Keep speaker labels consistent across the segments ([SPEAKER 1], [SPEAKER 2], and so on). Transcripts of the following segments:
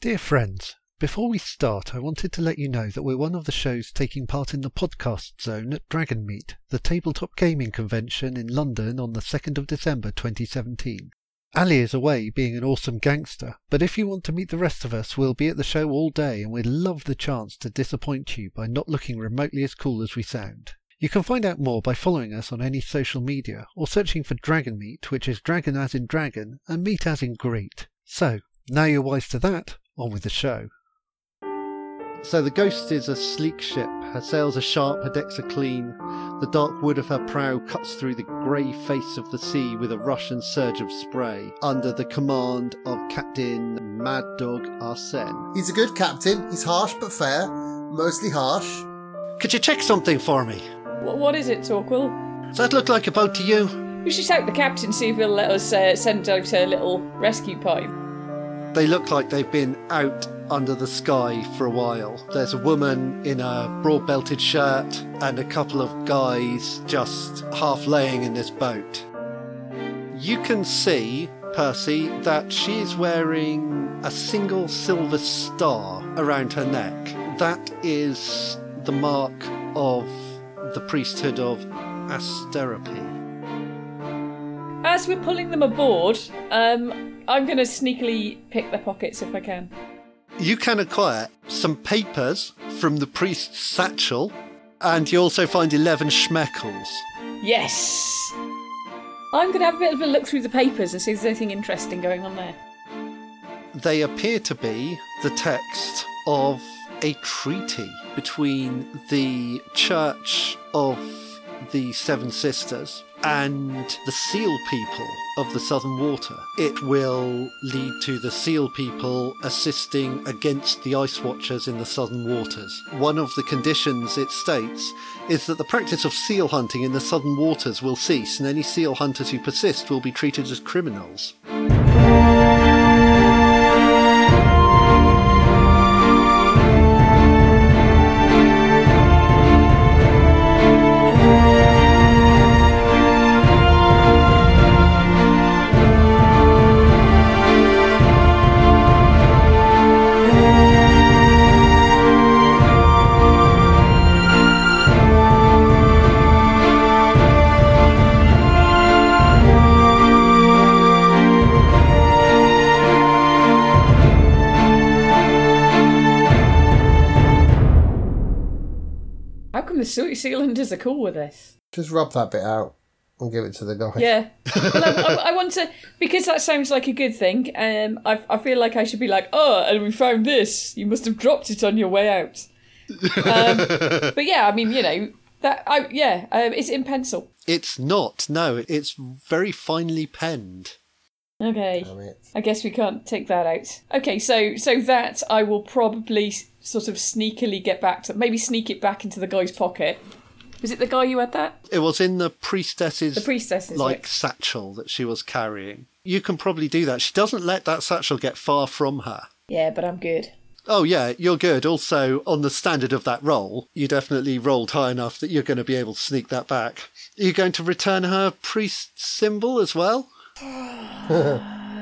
[SPEAKER 1] Dear friends, before we start, I wanted to let you know that we're one of the shows taking part in the podcast zone at Dragon Meet, the tabletop gaming convention in London on the 2nd of December 2017. Ali is away being an awesome gangster, but if you want to meet the rest of us, we'll be at the show all day and we'd love the chance to disappoint you by not looking remotely as cool as we sound. You can find out more by following us on any social media or searching for Dragon Meat, which is dragon as in dragon and meat as in Greek. So, now you're wise to that, on with the show. So the Ghost is a sleek ship. Her sails are sharp, her decks are clean. The dark wood of her prow cuts through the grey face of the sea with a rush and surge of spray, under the command of Captain Mad Dog Arsene.
[SPEAKER 2] He's a good captain. He's harsh but fair. Mostly harsh.
[SPEAKER 1] Could you check something for me?
[SPEAKER 3] Wh- what is it, Torquil?
[SPEAKER 1] Does that look like a boat to you?
[SPEAKER 3] We should shout the captain, see if he'll let us uh, send out a little rescue party.
[SPEAKER 1] They look like they've been out under the sky for a while. There's a woman in a broad belted shirt and a couple of guys just half laying in this boat. You can see, Percy, that she is wearing a single silver star around her neck. That is the mark of the priesthood of Asterope.
[SPEAKER 3] As we're pulling them aboard, um, I'm going to sneakily pick their pockets if I can.
[SPEAKER 1] You can acquire some papers from the priest's satchel, and you also find 11 schmeckles.
[SPEAKER 3] Yes! I'm going to have a bit of a look through the papers and see if there's anything interesting going on there.
[SPEAKER 1] They appear to be the text of a treaty between the Church of the Seven Sisters and the Seal People of the Southern Water. It will lead to the Seal People assisting against the Ice Watchers in the Southern Waters. One of the conditions it states is that the practice of seal hunting in the Southern Waters will cease, and any seal hunters who persist will be treated as criminals.
[SPEAKER 3] How come the Sea- Sealanders are cool with this?
[SPEAKER 2] Just rub that bit out and give it to the guy.
[SPEAKER 3] Yeah. Well, I, I- I want to, because that sounds like a good thing, um, I, I feel like I should be like, oh, and we found this. You must have dropped it on your way out. Um, but yeah, I mean, you know, that, I, yeah, um, it's in pencil.
[SPEAKER 1] It's not, no, it's very finely penned.
[SPEAKER 3] Okay.
[SPEAKER 2] Damn it.
[SPEAKER 3] I guess we can't take that out. Okay, so so that I will probably s- sort of sneakily get back to maybe sneak it back into the guy's pocket. Was it the guy who had that?
[SPEAKER 1] It was in the priestess's
[SPEAKER 3] The priestess is
[SPEAKER 1] like
[SPEAKER 3] it?
[SPEAKER 1] satchel that she was carrying. You can probably do that. She doesn't let that satchel get far from her.
[SPEAKER 3] Yeah, but I'm good.
[SPEAKER 1] Oh yeah, you're good. Also, on the standard of that roll, you definitely rolled high enough that you're going to be able to sneak that back. Are you going to return her priest symbol as well?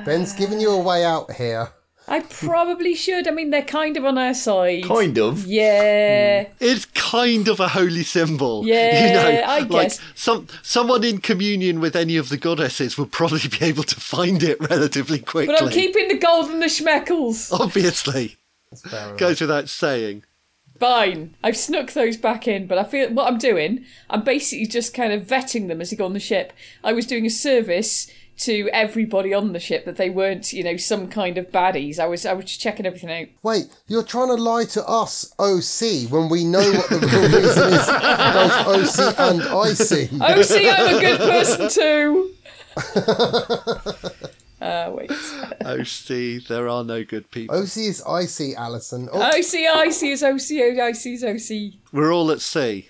[SPEAKER 2] Ben's giving you a way out here.
[SPEAKER 3] I probably should. I mean, they're kind of on our side.
[SPEAKER 4] Kind of.
[SPEAKER 3] Yeah.
[SPEAKER 1] It's kind of a holy symbol.
[SPEAKER 3] Yeah,
[SPEAKER 1] you know,
[SPEAKER 3] I
[SPEAKER 1] like
[SPEAKER 3] guess.
[SPEAKER 1] some someone in communion with any of the goddesses would probably be able to find it relatively quickly.
[SPEAKER 3] But I'm keeping the gold and the
[SPEAKER 1] Oh.
[SPEAKER 3] schmeckles.
[SPEAKER 1] Obviously,
[SPEAKER 2] That's fair enough.
[SPEAKER 1] goes without saying.
[SPEAKER 3] Fine. I've snuck those back in, but I feel what I'm doing, I'm basically just kind of vetting them as they go on the ship. I was doing a service to everybody on the ship that they weren't, you know, some kind of baddies. I was I was just checking everything out.
[SPEAKER 2] Wait, you're trying to lie to us, OC, when we know what the real reason is both OC and IC.
[SPEAKER 3] Oh see, I'm a good person too. uh wait.
[SPEAKER 1] Oh, see, there are no good people.
[SPEAKER 2] OC is IC, Alison. Oh,
[SPEAKER 3] OC IC is OC OC is OC.
[SPEAKER 1] We're all at sea.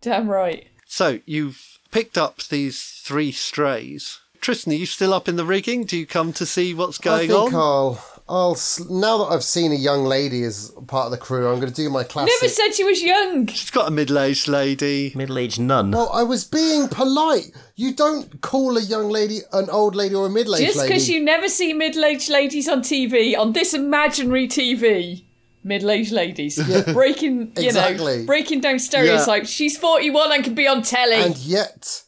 [SPEAKER 3] Damn right.
[SPEAKER 1] So you've picked up these three strays. Tristan, are you still up in the rigging? Do you come to see what's
[SPEAKER 2] I
[SPEAKER 1] going on?
[SPEAKER 2] think I'll I'll s- now that I've seen a young lady as part of the crew, I'm going to do my classic.
[SPEAKER 3] Never said she was young.
[SPEAKER 1] She's got a middle-aged lady.
[SPEAKER 5] Middle aged nun.
[SPEAKER 2] well, I was being polite. You don't call a young lady an old lady or a middle-aged
[SPEAKER 3] Just
[SPEAKER 2] lady.
[SPEAKER 3] because you never see middle-aged ladies on TV, on this imaginary TV, middle-aged ladies breaking, you
[SPEAKER 2] Exactly.
[SPEAKER 3] know, breaking down stereotypes. She's forty-one and can be on telly
[SPEAKER 2] and yet,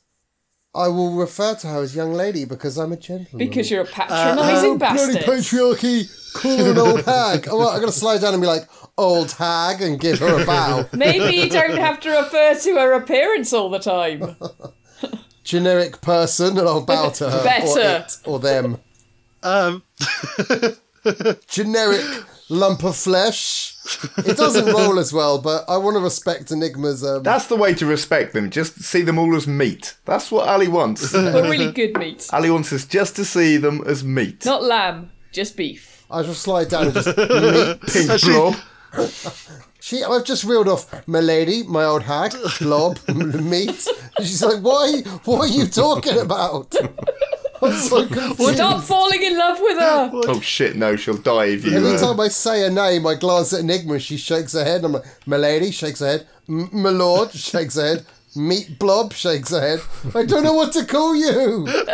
[SPEAKER 2] I will refer to her as young lady because I'm a gentleman.
[SPEAKER 3] because you're a patronising
[SPEAKER 2] Oh, bloody
[SPEAKER 3] bastard.
[SPEAKER 2] patriarchy! Call her an old hag. Oh, well, I'm going to slide down and be like old hag and give her a bow.
[SPEAKER 3] Maybe you don't have to refer to her appearance all the time.
[SPEAKER 2] Generic person, and I'll bow to her or
[SPEAKER 3] Better.
[SPEAKER 2] it or them.
[SPEAKER 1] Um,
[SPEAKER 2] generic lump of flesh. It doesn't roll as well, but I want to respect Enigma's. Um,
[SPEAKER 6] That's the way to respect them. Just see them all as meat. That's what Ali wants.
[SPEAKER 3] But really good meat,
[SPEAKER 6] Ali wants us just to see them as meat.
[SPEAKER 3] not lamb, just beef.
[SPEAKER 2] I shall slide down and just meet pink.
[SPEAKER 1] actually,
[SPEAKER 6] Blob.
[SPEAKER 2] She, I've just reeled off my lady, my old hag, blob, meat. And she's like, why? What are you talking about? I'm so confused.
[SPEAKER 3] Stop falling in love with her.
[SPEAKER 6] Oh shit! No, she'll die if you.
[SPEAKER 2] Every
[SPEAKER 6] Uh,
[SPEAKER 2] time I say her name, I glance at Enigma. She shakes her head. I'm like, my lady shakes her head. M- my lord shakes her head. Meat blob shakes her head. I don't know what to call you.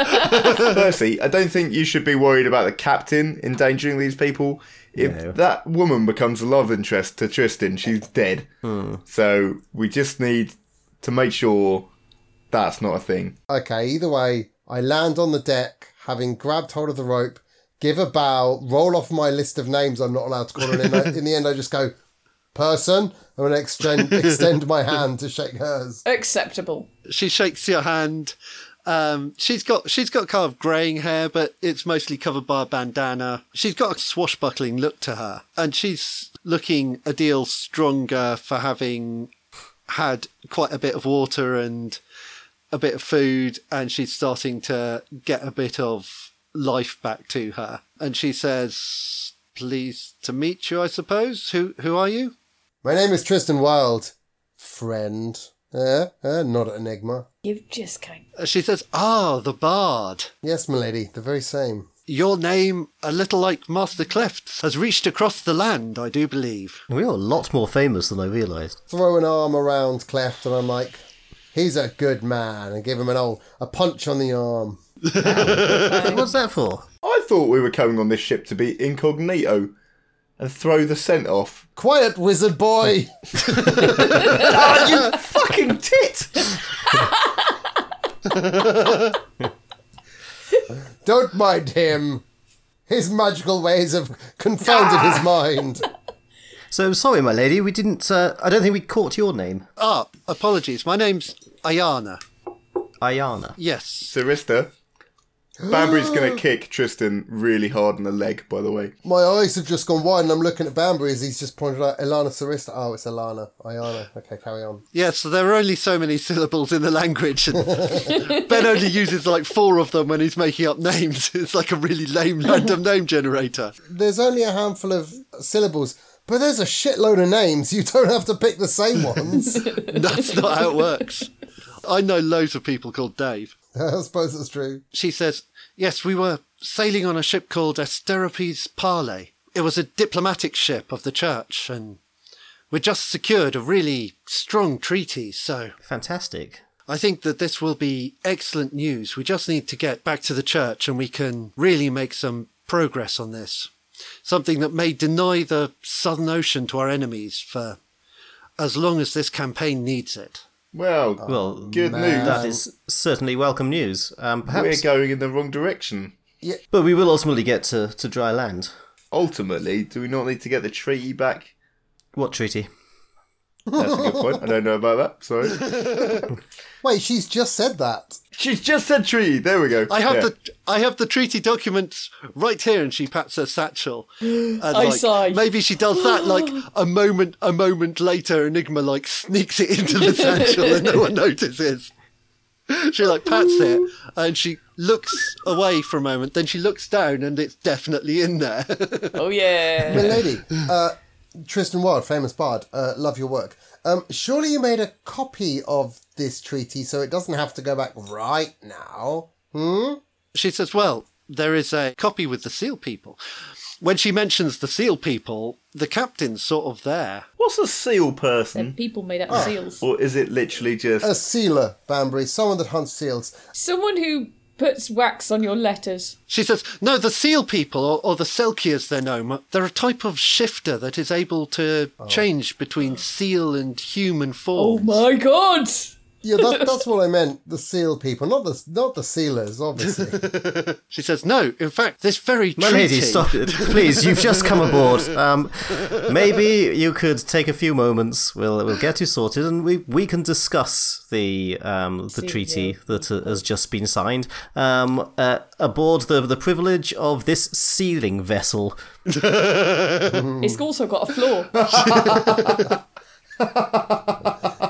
[SPEAKER 6] Percy, I don't think you should be worried about the captain endangering these people. If
[SPEAKER 5] No.
[SPEAKER 6] that woman becomes a love interest to Tristan, she's dead. So we just need to make sure that's not a thing.
[SPEAKER 2] Okay, either way, I land on the deck, having grabbed hold of the rope, give a bow, roll off my list of names I'm not allowed to call, and in, in the end, I just go, person, I'm going to extend, extend my hand to shake hers.
[SPEAKER 3] Acceptable.
[SPEAKER 1] she shakes your hand. Um, she's got she's got kind of greying hair, but it's mostly covered by a bandana. She's got a swashbuckling look to her, and she's looking a deal stronger for having had quite a bit of water and a bit of food, and she's starting to get a bit of life back to her. And she says, "Pleased to meet you, I suppose. Who who are you?"
[SPEAKER 2] My name is Tristan Wilde. Friend. Eh? Eh? Not at Enigma.
[SPEAKER 3] You've just kind.
[SPEAKER 1] Uh, She says, "Ah, the bard."
[SPEAKER 2] Yes, milady, the very same.
[SPEAKER 1] Your name, a little like Master Cleft, has reached across the land, I do believe.
[SPEAKER 5] We are a lot more famous than I realised.
[SPEAKER 2] Throw an arm around Cleft, and I'm like, he's a good man, and give him an old, a punch on the arm.
[SPEAKER 5] What's that for?
[SPEAKER 6] I thought we were coming on this ship to be incognito and throw the scent off.
[SPEAKER 2] Quiet, wizard boy!
[SPEAKER 6] Ah, Fucking tit!
[SPEAKER 2] Don't mind him. His magical ways have confounded his mind.
[SPEAKER 5] So sorry, my lady, we didn't. Uh, I don't think we caught your name,
[SPEAKER 1] Ah, apologies. My name's Ayana.
[SPEAKER 5] Ayana.
[SPEAKER 1] Yes.
[SPEAKER 6] Sarista. Banbury's gonna kick Tristan really hard in the leg, by the way.
[SPEAKER 2] My eyes have just gone wide, and I'm looking at Banbury as he's just pointed out Elana Sarista. Oh, it's Elana. Ayana. Okay, carry on.
[SPEAKER 1] Yes, there are only so many syllables in the language. And ben only uses like four of them when he's making up names. It's like a really lame random name generator.
[SPEAKER 2] There's only a handful of syllables, but there's a shitload of names. You don't have to pick the same ones.
[SPEAKER 1] That's not how it works. I know loads of people called Dave.
[SPEAKER 2] I suppose that's true.
[SPEAKER 1] She says, Yes, we were sailing on a ship called Asterope's Parley. It was a diplomatic ship of the church, and we just secured a really strong treaty, so
[SPEAKER 5] Fantastic.
[SPEAKER 1] I think that this will be excellent news. We just need to get back to the church and we can really make some progress on this. Something that may deny the Southern Ocean to our enemies for as long as this campaign needs it.
[SPEAKER 6] Well,
[SPEAKER 5] Oh, Well,
[SPEAKER 6] good news.
[SPEAKER 5] that is certainly welcome news. Um,
[SPEAKER 6] We're
[SPEAKER 5] perhaps,
[SPEAKER 6] going in the wrong direction.
[SPEAKER 5] but we will ultimately get to, to dry land.
[SPEAKER 6] Ultimately, do we not need to get the treaty back?
[SPEAKER 5] What treaty?
[SPEAKER 6] That's a good point. I don't know about that. Sorry.
[SPEAKER 2] Wait, she's just said that.
[SPEAKER 6] She's just said treaty. There we go.
[SPEAKER 1] I have
[SPEAKER 6] Yeah.
[SPEAKER 1] the I have the treaty documents right here, and she pats her satchel. And like,
[SPEAKER 3] sigh.
[SPEAKER 1] Maybe she does that like a moment a moment later. Enigma like sneaks it into the satchel, and no one notices. She like pats it, and she looks away for a moment. Then she looks down, and it's definitely in there.
[SPEAKER 3] Oh yeah.
[SPEAKER 2] Milady, uh, Tristan Wilde, famous bard, uh, love your work. Um, surely you made a copy of this treaty so it doesn't have to go back right now.
[SPEAKER 1] she says, "Well, there is a copy with the seal people." when she mentions the seal people, the captain's sort of there.
[SPEAKER 6] What's a seal
[SPEAKER 3] They're
[SPEAKER 6] person?
[SPEAKER 3] people made out
[SPEAKER 2] Ah.
[SPEAKER 3] of seals.
[SPEAKER 6] Or is it literally just
[SPEAKER 5] Uh,
[SPEAKER 2] A sealer, Banbury, someone that hunts seals.
[SPEAKER 3] Someone who puts wax on your letters.
[SPEAKER 1] She says, "No, the seal people, or, or the Selkias, they're known. They're a type of shifter that is able to change between seal and human
[SPEAKER 3] Oh
[SPEAKER 1] forms."
[SPEAKER 3] my god!
[SPEAKER 2] Yeah, that, that's what I meant. The seal people, not the not the sealers, obviously.
[SPEAKER 1] She says, "No, in fact, this very
[SPEAKER 5] My
[SPEAKER 1] treaty,
[SPEAKER 5] lady, stop it. Please, you've just come aboard. Um, maybe you could take a few moments. We'll, we'll get you sorted and we, we can discuss the um, the treaty that uh, has just been signed um, uh, aboard the, the privilege of this sealing vessel.
[SPEAKER 3] It's also got a floor.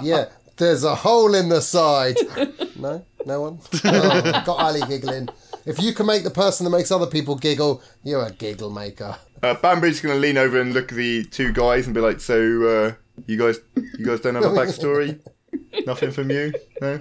[SPEAKER 2] Yeah, there's a hole in the side. No, no one. Oh, got Ali giggling. If you can make the person that makes other people giggle, you're a giggle maker.
[SPEAKER 6] uh, Banbury's going to lean over and look at the two guys and be like, "So uh, you guys, you guys don't have a backstory? Nothing from you? No?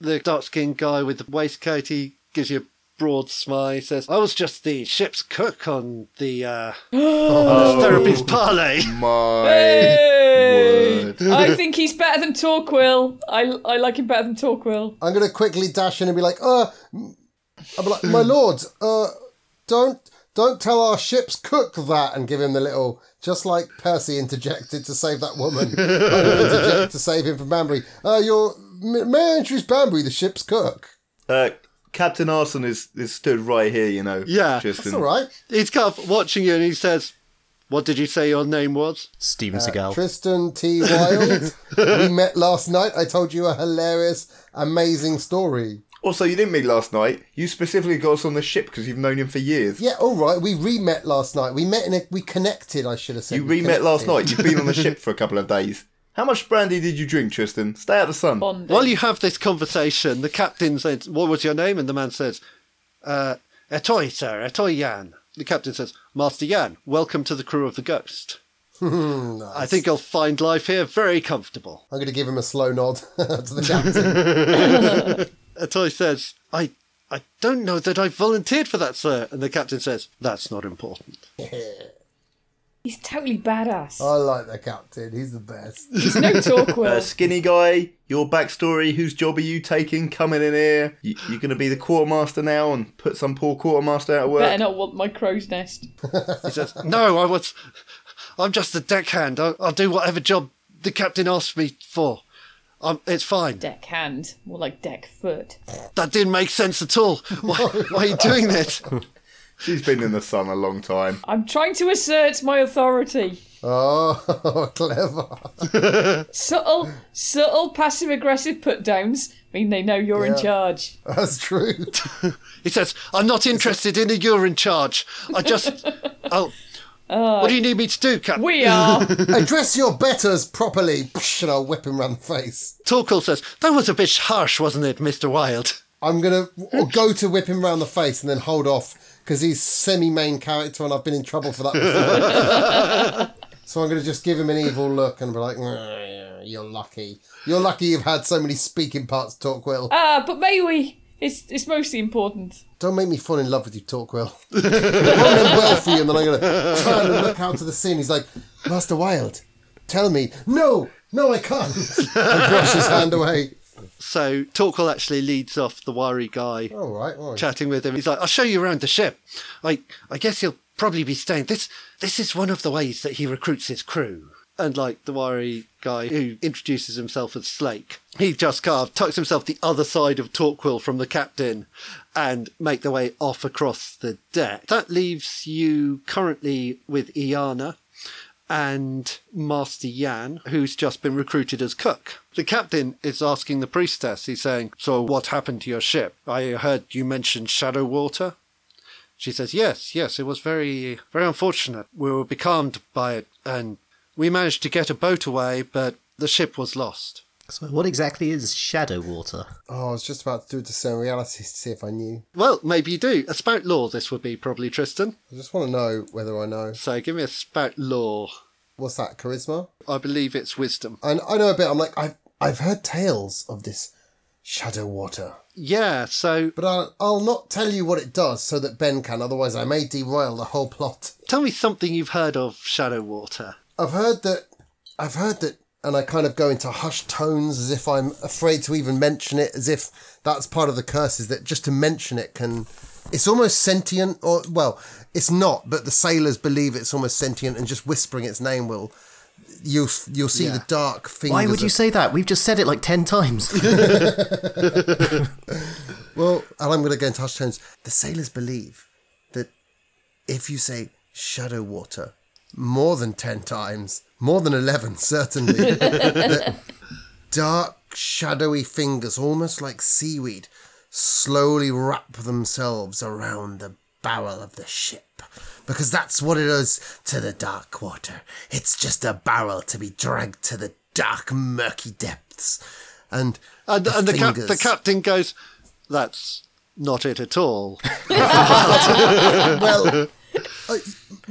[SPEAKER 1] the dark-skinned guy with the waistcoat, he gives you a broad smile. He says, "I was just the ship's cook on the uh,
[SPEAKER 3] Oh.
[SPEAKER 1] therapy's parlay."
[SPEAKER 6] My
[SPEAKER 3] Hey!
[SPEAKER 6] word.
[SPEAKER 3] I think he's better than Torquil. I, I like him better than Torquil.
[SPEAKER 2] I'm gonna quickly dash in and be like, uh, I'm like, my lord, uh, don't don't tell our ship's cook that, and give him the little, just like Percy interjected to save that woman, I will interject to save him from Banbury. Uh, your M- may I introduce Banbury, the ship's cook?
[SPEAKER 6] Uh, Captain Arson is is stood right here, you know.
[SPEAKER 1] Yeah.
[SPEAKER 6] just
[SPEAKER 2] That's
[SPEAKER 6] in-
[SPEAKER 2] all right.
[SPEAKER 1] He's kind of watching you, and he says, "What did you say your name was?"
[SPEAKER 5] Steven
[SPEAKER 6] Oh.
[SPEAKER 5] Seagal.
[SPEAKER 2] Tristan T. Wild. we met last night. I told you a hilarious, amazing story.
[SPEAKER 6] Also, you didn't meet last night. You specifically got us on the ship because you've known him for years.
[SPEAKER 2] Yeah, all right. We re-met last night. We met in a we connected. I should have said.
[SPEAKER 6] you
[SPEAKER 2] We
[SPEAKER 6] re-met last
[SPEAKER 2] connected.
[SPEAKER 6] night. You've been on the ship for a couple of days. How much brandy did you drink, Tristan? Stay out of the sun.
[SPEAKER 3] Bonding.
[SPEAKER 1] While you have this conversation, the captain says, What was your name? And the man says, uh, Etoy, sir, Etoy Yan. The captain says, Master Yan, welcome to the crew of the Ghost. I think you'll find life here very comfortable.
[SPEAKER 2] I'm going to give him a slow nod to the captain.
[SPEAKER 1] Etoy says, I, I don't know that I volunteered for that, sir. And the captain says, That's not important.
[SPEAKER 3] He's totally badass.
[SPEAKER 2] I like the captain. He's the best.
[SPEAKER 3] He's no
[SPEAKER 6] Uh,
[SPEAKER 3] Torquil.
[SPEAKER 6] skinny guy, your backstory, whose job are you taking coming in here? You, you're going to be the quartermaster now and put some poor quartermaster out of work.
[SPEAKER 3] Better not want my crow's nest.
[SPEAKER 1] He says, No, I was. I'm just a deckhand. I'll, I'll do whatever job the captain asks me for. Um, it's fine.
[SPEAKER 3] Deck hand, more like deck foot.
[SPEAKER 1] That didn't make sense at all. Why, why are you doing this?
[SPEAKER 6] She's been in the sun a long time.
[SPEAKER 3] I'm trying to assert my authority.
[SPEAKER 2] Oh, clever.
[SPEAKER 3] Subtle, subtle, passive-aggressive put-downs mean they know you're in
[SPEAKER 2] Yeah.
[SPEAKER 3] charge.
[SPEAKER 2] That's true.
[SPEAKER 1] He says, I'm not interested in a urine charge. I just. Oh. what do you need me to do, Captain?
[SPEAKER 3] We are.
[SPEAKER 2] Address your betters properly. Psh, And I'll whip him round the face.
[SPEAKER 1] Torkel says, That was a bit harsh, wasn't it, Mr. Wilde?
[SPEAKER 2] I'm going to go to whip him round the face and then hold off because he's semi main character and I've been in trouble for that before. so I'm going to just give him an evil look and be like, "Mm, you're lucky. You're lucky you've had so many speaking parts, Torquil.
[SPEAKER 3] Ah, but may we? It's it's mostly important.
[SPEAKER 2] Don't make me fall in love with you, Torquil. I'm well for you, and then I'm going to turn and look out to the scene. He's like, Master Wild, tell me. No, no, I can't. And brush his hand away.
[SPEAKER 1] So Torkel actually leads off the wiry guy
[SPEAKER 2] All right, all right.
[SPEAKER 1] chatting with him. He's like, I'll show you around the ship. I, I guess you'll probably be staying. This, this is one of the ways that he recruits his crew. And like the wiry guy who introduces himself as Slake, he just kind of tucks himself the other side of Torquil from the captain and make their way off across the deck. That leaves you currently with Iana and Master Yan, who's just been recruited as cook. The captain is asking the priestess, he's saying, So what happened to your ship? I heard you mentioned Shadow Water. She says, Yes, yes, it was very, very unfortunate. We were becalmed by it, and we managed to get a boat away, but the ship was lost.
[SPEAKER 5] So, what exactly is shadow water?
[SPEAKER 2] Oh, I was just about to do a discern reality to see if I knew.
[SPEAKER 1] Well, maybe you do. A spout law, this would be probably, Tristan.
[SPEAKER 2] I just want to know whether I know.
[SPEAKER 1] So give me a spout law.
[SPEAKER 2] What's that, charisma?
[SPEAKER 1] I believe it's wisdom.
[SPEAKER 2] And I know a bit. I'm like, I've, I've heard tales of this Shadow Water.
[SPEAKER 1] Yeah, so
[SPEAKER 2] But I'll, I'll not tell you what it does so that Ben can, otherwise, I may derail the whole plot.
[SPEAKER 1] tell me something you've heard of Shadow Water.
[SPEAKER 2] I've heard that. I've heard that. And I kind of go into hushed tones as if I'm afraid to even mention it, as if that's part of the curse is that just to mention it can. It's almost sentient, or, well, it's not, but the sailors believe it's almost sentient, and just whispering its name will. You'll, f- you'll see the dark fingers.
[SPEAKER 5] Why would you
[SPEAKER 2] of-
[SPEAKER 5] say that? We've just said it like 10 times.
[SPEAKER 2] Well, and I'm going to go into hushed tones. The sailors believe that if you say shadow water more than 10 times, more than 11, certainly, that dark, shadowy fingers, almost like seaweed, slowly wrap themselves around the barrel of the ship. Because that's what it is to the dark water. It's just a barrel to be dragged to the dark, murky depths. And,
[SPEAKER 1] And Uh, the, and the, cap- the
[SPEAKER 2] fingers-
[SPEAKER 1] captain goes, That's not it at all.
[SPEAKER 2] well, I-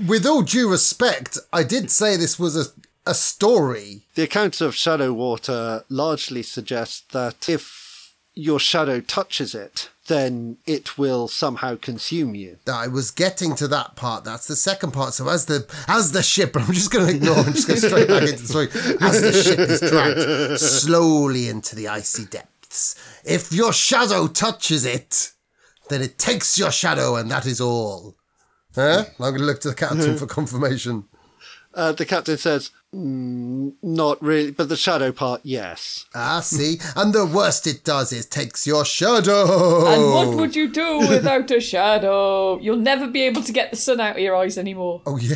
[SPEAKER 2] with all due respect, I did say this was a a story.
[SPEAKER 1] The accounts of Shadow Water largely suggest that if your shadow touches it, then it will somehow consume you.
[SPEAKER 2] that I was getting to that part. That's the second part. So as the as the ship, I'm just going to ignore. I'm just going straight back into the story. As the ship is dragged slowly into the icy depths, if your shadow touches it, then it takes your shadow, and that is all. Huh? I'm going to look to the captain for confirmation.
[SPEAKER 1] Uh, the captain says, "Mm, Not really, but the shadow part, yes.
[SPEAKER 2] Ah, see, and the worst it does is takes your shadow.
[SPEAKER 3] And
[SPEAKER 1] Oh.
[SPEAKER 3] what would you do without a shadow? You'll never be able to get the sun out of your eyes anymore.
[SPEAKER 2] Oh yeah.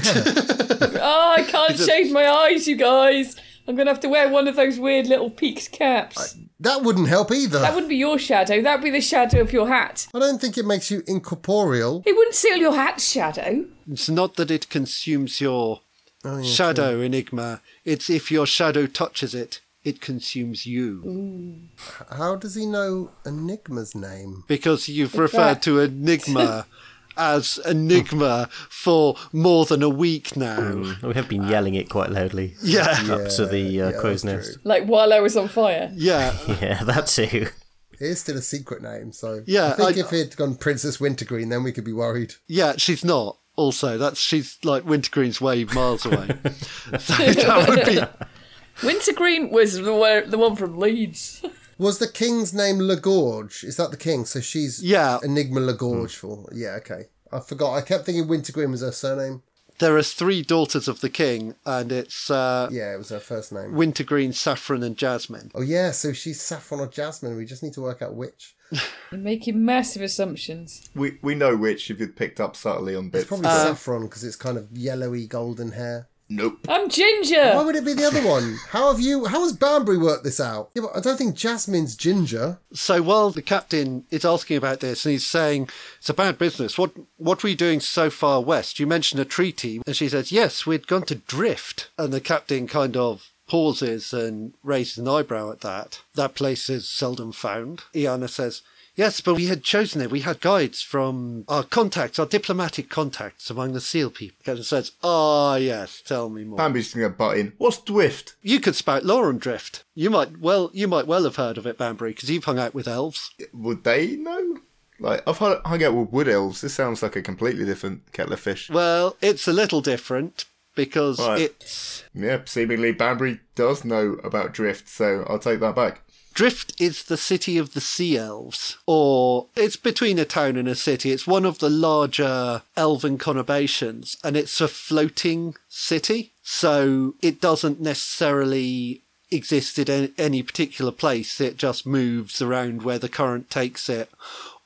[SPEAKER 3] Oh, I can't shade my eyes, you guys. I'm going to have to wear one of those weird little peaked caps.
[SPEAKER 2] that wouldn't help either.
[SPEAKER 3] That wouldn't be your shadow. That would be the shadow of your hat.
[SPEAKER 2] I don't think it makes you incorporeal.
[SPEAKER 3] It wouldn't seal your hat's shadow.
[SPEAKER 1] It's not that it consumes your shadow, Enigma. It's if your shadow touches it, it consumes you.
[SPEAKER 2] How does he know Enigma's name?
[SPEAKER 1] Because you've referred to Enigma as Enigma for more than a week now.
[SPEAKER 5] we have been yelling it quite loudly.
[SPEAKER 1] Yeah.
[SPEAKER 5] Up to the uh, crow's nest.
[SPEAKER 3] Like while I was on fire.
[SPEAKER 1] Yeah.
[SPEAKER 5] Yeah, that too.
[SPEAKER 2] It is still a secret name, so
[SPEAKER 1] Yeah,
[SPEAKER 2] I think
[SPEAKER 1] I-
[SPEAKER 2] if he had gone Princess Wintergreen, then we could be worried.
[SPEAKER 1] Yeah, she's not. Also, that's she's like Wintergreen's way miles away. so that would be
[SPEAKER 3] Wintergreen was the one, the one from Leeds.
[SPEAKER 2] Was the king's name Lagorge? Is that the king? So she's
[SPEAKER 1] Yeah.
[SPEAKER 2] Enigma Lagorge for yeah. Okay, I forgot. I kept thinking Wintergreen was her surname.
[SPEAKER 1] there are three daughters of the king, and it's uh,
[SPEAKER 2] Yeah, it was her first name.
[SPEAKER 1] Wintergreen, Saffron, and Jasmine.
[SPEAKER 2] oh yeah, so she's Saffron or Jasmine. We just need to work out which.
[SPEAKER 3] You're making massive assumptions.
[SPEAKER 6] We we know which if you'd picked up subtly on
[SPEAKER 2] It's
[SPEAKER 6] bits.
[SPEAKER 2] probably
[SPEAKER 1] uh,
[SPEAKER 2] Saffron because it's kind of yellowy golden hair.
[SPEAKER 6] Nope.
[SPEAKER 3] I'm Ginger.
[SPEAKER 2] Why would it be the other one? How have you? How has Banbury worked this out? Yeah, but I don't think Jasmine's ginger.
[SPEAKER 1] So while the captain is asking about this, and he's saying it's a bad business. What what were you doing so far west? You mentioned a treaty, and she says yes, we'd gone to drift. And the captain kind of pauses and raises an eyebrow at that. That place is seldom found. Iana says. Yes, but we had chosen it. We had guides from our contacts, our diplomatic contacts among the SEAL people. Captain says, Ah, yes, tell me more.
[SPEAKER 6] Bambi's just gonna butt in. What's Drift?
[SPEAKER 1] you could spout lore on drift. You might well, you might well have heard of it, Banbury, because you've hung out with elves.
[SPEAKER 6] Would they know? Like I've hung hung out with wood elves. This sounds like a completely different kettle of fish.
[SPEAKER 1] Well, it's a little different because
[SPEAKER 6] Right.
[SPEAKER 1] it's
[SPEAKER 6] Yeah, seemingly Banbury does know about drift, so I'll take that back.
[SPEAKER 1] Drift is the city of the sea elves, or it's between a town and a city. It's one of the larger elven conurbations, and it's a floating city, so it doesn't necessarily exist in an- any particular place. It just moves around where the current takes it,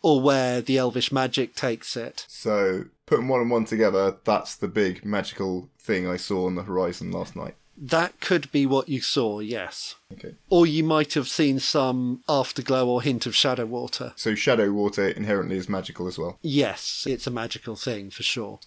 [SPEAKER 1] or where the elvish magic takes it.
[SPEAKER 6] So putting one and one together, that's the big magical thing I saw on the horizon last night.
[SPEAKER 1] That could be what you saw, yes.
[SPEAKER 6] Okay.
[SPEAKER 1] Or you might have seen some afterglow or hint of shadow water.
[SPEAKER 6] So shadow water inherently is magical as well.
[SPEAKER 1] Yes, it's a magical thing for sure.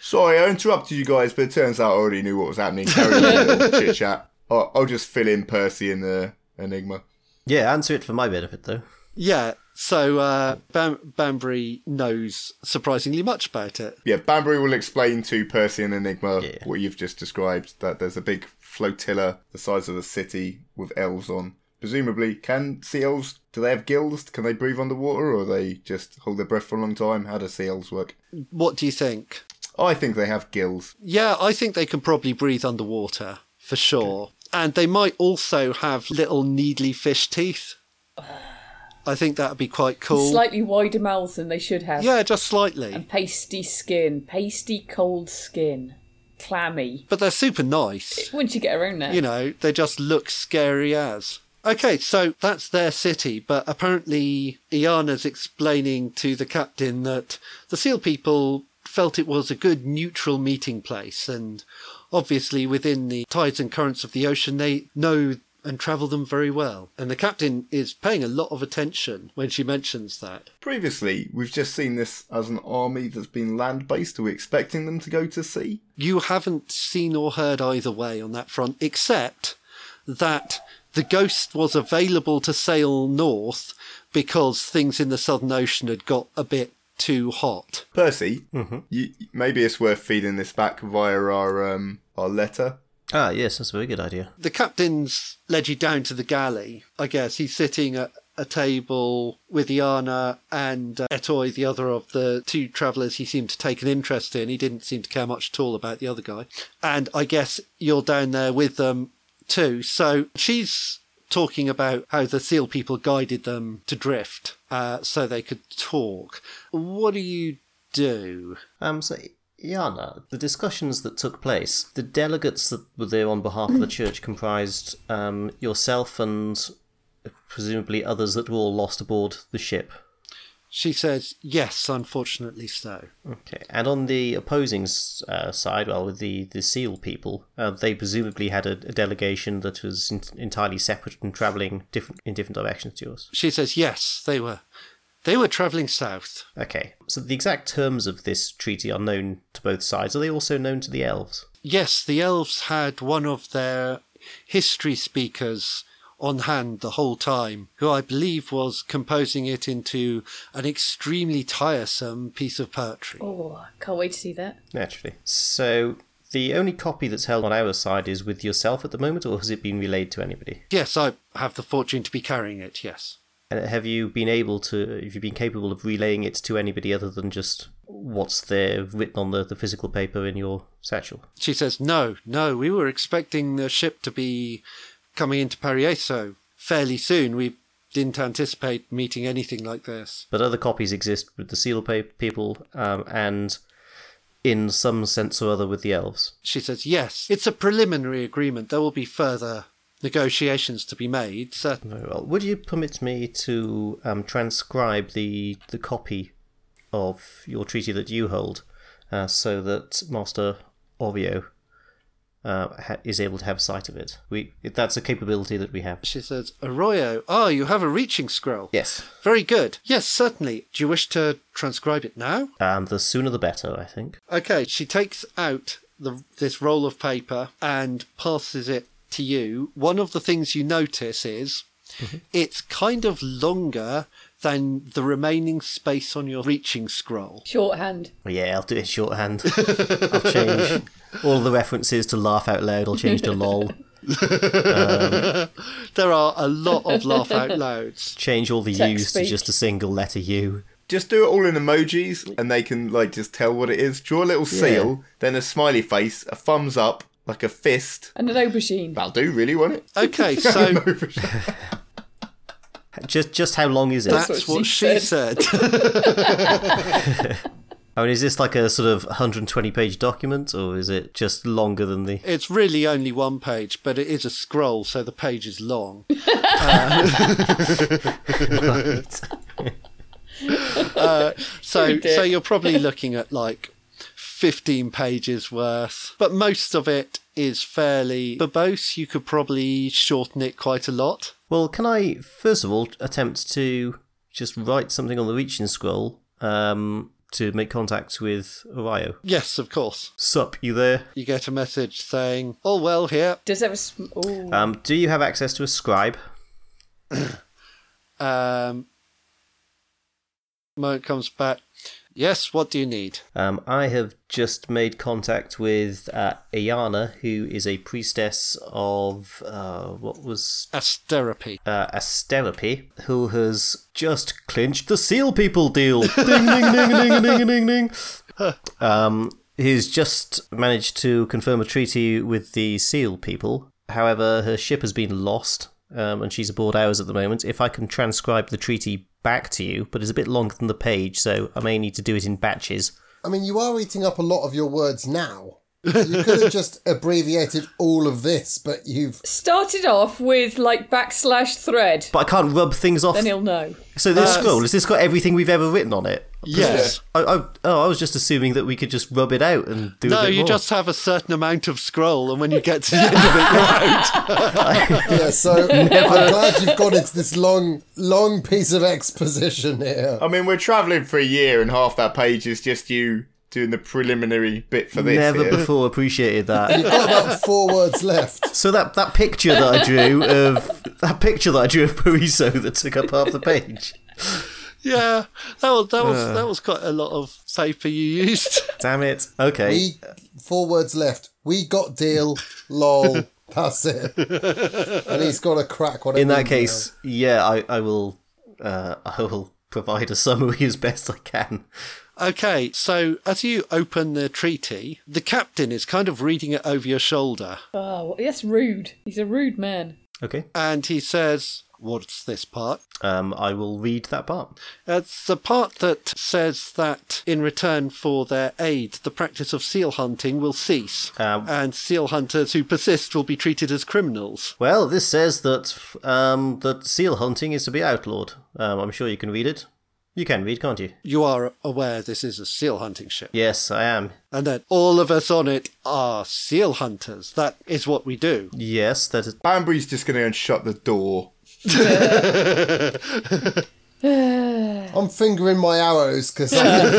[SPEAKER 6] Sorry, I interrupted you guys, but it turns out I already knew what was happening. Carry on with your chit chat. I'll, I'll just fill in Percy and the Enigma.
[SPEAKER 5] Yeah, answer it for my benefit, though.
[SPEAKER 1] Yeah, so uh, Bam- Banbury knows surprisingly much about it.
[SPEAKER 6] Yeah, Banbury will explain to Percy and Enigma
[SPEAKER 5] Yeah.
[SPEAKER 6] what you've just described that there's a big flotilla the size of a city with elves on presumably, can seals do they have gills? Can they breathe underwater, or they just hold their breath for a long time? How do seals work?
[SPEAKER 1] What do you think?
[SPEAKER 6] I think they have gills.
[SPEAKER 1] Yeah, I think they can probably breathe underwater for sure. And they might also have little needly fish teeth. I think that'd be quite cool.
[SPEAKER 3] Slightly wider mouth than they should have.
[SPEAKER 1] yeah, just slightly.
[SPEAKER 3] And pasty skin, pasty cold skin, clammy.
[SPEAKER 1] But they're super nice.
[SPEAKER 3] Once you get around there,
[SPEAKER 1] You know, they just look scary as. Okay, so that's their city, but apparently Iana's explaining to the captain that the seal people felt it was a good neutral meeting place, and obviously within the tides and currents of the ocean, they know and travel them very well. And the captain is paying a lot of attention when she mentions that.
[SPEAKER 6] Previously, we've just seen this as an army that's been land based. Are we expecting them to go to sea?
[SPEAKER 1] you haven't seen or heard either way on that front, except that the Ghost was available to sail north because things in the Southern Ocean had got a bit too hot.
[SPEAKER 6] Percy,
[SPEAKER 5] Mm-hmm.
[SPEAKER 6] you, maybe it's worth feeding this back via our um, our letter.
[SPEAKER 5] Ah, yes, that's a very good idea.
[SPEAKER 1] The captain's led you down to the galley, I guess. He's sitting at a table with Iana and uh, Etoy, the other of the two travellers he seemed to take an interest in. He didn't seem to care much at all about the other guy. And I guess you're down there with them too. So she's talking about how the seal people guided them to drift uh, so they could talk. What do you do?
[SPEAKER 5] Um, so, Iana, the discussions that took place, the delegates that were there on behalf of the church comprised um, yourself and uh, presumably others that were all lost aboard the ship.
[SPEAKER 1] She says, Yes, unfortunately so.
[SPEAKER 5] Okay, and on the opposing s- uh, side, well, with the, the SEAL people, uh, they presumably had a, a delegation that was en- entirely separate and travelling different in different directions to yours.
[SPEAKER 1] She says, "Yes, they were. They were travelling south.
[SPEAKER 5] Okay, so the exact terms of this treaty are known to both sides. Are they also known to the elves?
[SPEAKER 1] Yes, the elves had one of their history speakers on hand the whole time, who I believe was composing it into an extremely tiresome piece of poetry.
[SPEAKER 3] oh, I can't wait to see that.
[SPEAKER 5] Naturally. So the only copy that's held on our side is with yourself at the moment, or has it been relayed to anybody?
[SPEAKER 1] Yes, I have the fortune to be carrying it. Yes,
[SPEAKER 5] And have you been able to? Have you been capable of relaying it to anybody other than just what's there written on the, the physical paper in your satchel?
[SPEAKER 1] she says, "No, no, we were expecting the ship to be coming into Parieso fairly soon. We." Didn't anticipate meeting anything like this.
[SPEAKER 5] but other copies exist with the seal pa- people um, and in some sense or other with the elves.
[SPEAKER 1] She says, Yes, it's a preliminary agreement. There will be further negotiations to be made. So
[SPEAKER 5] Very well. Would you permit me to um, transcribe the the copy of your treaty that you hold, uh, so that Master Orvio uh, ha- is able to have sight of it? We that's a capability that we have.
[SPEAKER 1] she says, Arroyo, ah, you have a reaching scroll.
[SPEAKER 5] Yes.
[SPEAKER 1] Very good. Yes, certainly. Do you wish to transcribe it now?
[SPEAKER 5] Um, the sooner the better, I think.
[SPEAKER 1] Okay, she takes out the, this roll of paper and passes it to you. One of the things you notice is it's kind of longer than the remaining space on your reaching scroll.
[SPEAKER 3] Shorthand.
[SPEAKER 5] Yeah, I'll do it shorthand. I'll change all the references to laugh out loud. I'll change to lol.
[SPEAKER 1] There are a lot of laugh out louds.
[SPEAKER 5] Change all the
[SPEAKER 3] Text
[SPEAKER 5] U's to
[SPEAKER 3] speech.
[SPEAKER 5] just a single letter U.
[SPEAKER 6] Just do it all in emojis, and they can like just tell what it is. Draw a little seal, then a smiley face, a thumbs up, like a fist.
[SPEAKER 3] And an aubergine.
[SPEAKER 6] That'll do, really, won't it?
[SPEAKER 1] Okay, so
[SPEAKER 5] Just just how long is it?
[SPEAKER 1] That's,
[SPEAKER 3] That's
[SPEAKER 1] what,
[SPEAKER 3] what
[SPEAKER 1] she,
[SPEAKER 3] she
[SPEAKER 1] said.
[SPEAKER 5] I mean, is this like a sort of 120 page document, or is it just longer than the.
[SPEAKER 1] it's really only one page, but it is a scroll, so the page is long. Uh, so,
[SPEAKER 3] Ridiculous.
[SPEAKER 1] so you're probably looking at like 15 pages worth, but most of it is fairly verbose. You could probably shorten it quite a lot.
[SPEAKER 5] Well, can I, first of all, attempt to just write something on the reaching scroll um, to make contact with Orio?
[SPEAKER 1] Yes, of course.
[SPEAKER 5] Sup, you there?
[SPEAKER 1] You get a message saying, "All well here."
[SPEAKER 3] Does have a. Sm- oh,
[SPEAKER 5] Um, do you have access to a scribe?
[SPEAKER 1] Um, moment comes back. Yes, what do you need?
[SPEAKER 5] Um, I have just made contact with uh, Ayana, who is a priestess of uh, what was
[SPEAKER 1] Asterapy.
[SPEAKER 5] uh, Asterapy, who has just clinched the seal people deal. ding ding ding ding ding ding ding. Um, who's just managed to confirm a treaty with the seal people. However, her ship has been lost, um, and she's aboard ours at the moment. If I can transcribe the treaty back to you, but it's a bit longer than the page, so I may need to do it in batches.
[SPEAKER 2] I mean, you are eating up a lot of your words now. You could have just abbreviated all of this, but you've
[SPEAKER 3] Started off with like backslash thread,
[SPEAKER 5] But I can't rub things off.
[SPEAKER 3] then he'll know.
[SPEAKER 5] So this
[SPEAKER 1] uh,
[SPEAKER 5] scroll has this got everything we've ever written on it?
[SPEAKER 1] Yes.
[SPEAKER 5] I, I, oh, I was just assuming that we could just rub it out and do. a
[SPEAKER 1] No,
[SPEAKER 5] bit
[SPEAKER 1] you
[SPEAKER 5] more.
[SPEAKER 1] just have a certain amount of scroll, and when you get to the end of it, you're out.
[SPEAKER 2] yeah. So I'm glad you've gone into this long, long piece of exposition here.
[SPEAKER 6] I mean, we're travelling for a year, and half that page is just you doing the preliminary bit for this.
[SPEAKER 5] never
[SPEAKER 6] here.
[SPEAKER 5] before appreciated that.
[SPEAKER 2] You've got about four words left.
[SPEAKER 5] so that that picture that I drew of that picture that I drew of Pariso that took up half the page.
[SPEAKER 1] Yeah, that was that was that was quite a lot of paper you used.
[SPEAKER 5] Damn it. Okay.
[SPEAKER 2] We four words left. We got deal. Lol. That's it. And he's got to crack what it
[SPEAKER 5] In that
[SPEAKER 2] means
[SPEAKER 5] case, yeah, I, I will. Uh, I will provide a summary as best I can.
[SPEAKER 1] Okay, so as you open the treaty, the captain is kind of reading it over your shoulder,
[SPEAKER 3] Oh, well, that's rude. He's a rude man.
[SPEAKER 5] Okay.
[SPEAKER 1] and he says, "What's this part?"
[SPEAKER 5] Um, I will read that part.
[SPEAKER 1] It's the part that says that in return for their aid, the practice of seal hunting will cease,
[SPEAKER 5] Um,
[SPEAKER 1] and seal hunters who persist will be treated as criminals.
[SPEAKER 5] Well, this says that um, that seal hunting is to be outlawed. Um, I'm sure you can read it. You can read, can't you?
[SPEAKER 1] You are aware this is a seal hunting ship,
[SPEAKER 5] Yes, I am.
[SPEAKER 1] and that all of us on it are seal hunters. That is what we do.
[SPEAKER 5] Yes, that is.
[SPEAKER 6] Banbury's just going to go and shut the door.
[SPEAKER 2] now. I'm fingering my arrows because I has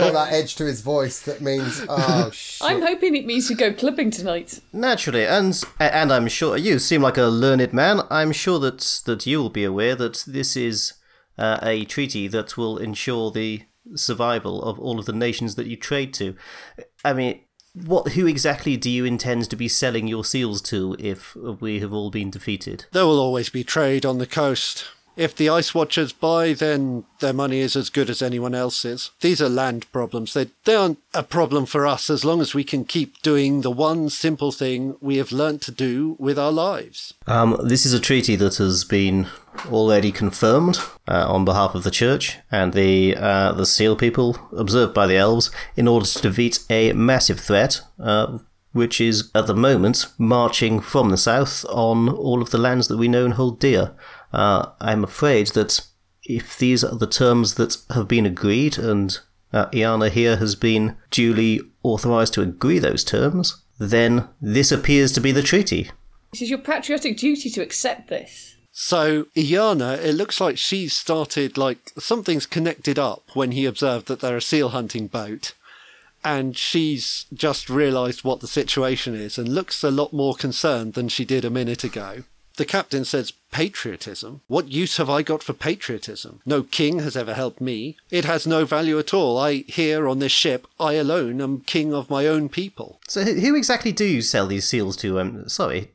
[SPEAKER 2] got that edge to his voice that means oh shit.
[SPEAKER 3] I'm hoping it means you go clubbing tonight.
[SPEAKER 5] Naturally, and and I'm sure you seem like a learned man. I'm sure that that you will be aware that this is uh, a treaty that will ensure the survival of all of the nations that you trade to. I mean, what? Who exactly do you intend to be selling your seals to if we have all been defeated?
[SPEAKER 1] There will always be trade on the coast. If the Ice Watchers buy, then their money is as good as anyone else's. These are land problems. They, they aren't a problem for us as long as we can keep doing the one simple thing we have learnt to do with our lives.
[SPEAKER 5] Um, this is a treaty that has been already confirmed uh, on behalf of the Church and the uh, the Seal people, observed by the Elves, in order to defeat a massive threat, uh, which is at the moment marching from the south on all of the lands that we know and hold dear. Uh, I'm afraid that if these are the terms that have been agreed, and uh, Iana here has been duly authorised to agree those terms, then this appears to be the treaty.
[SPEAKER 3] It is your patriotic duty to accept this.
[SPEAKER 1] So, Iana, it looks like she started, like, something's connected up when he observed that they're a seal hunting boat. And she's just realised what the situation is and looks a lot more concerned than she did a minute ago. The captain says, Patriotism? What use have I got for patriotism? No king has ever helped me. It has no value at all. I, here on this ship, I alone am king of my own people.
[SPEAKER 5] So who who exactly do you sell these seals to? Um, sorry,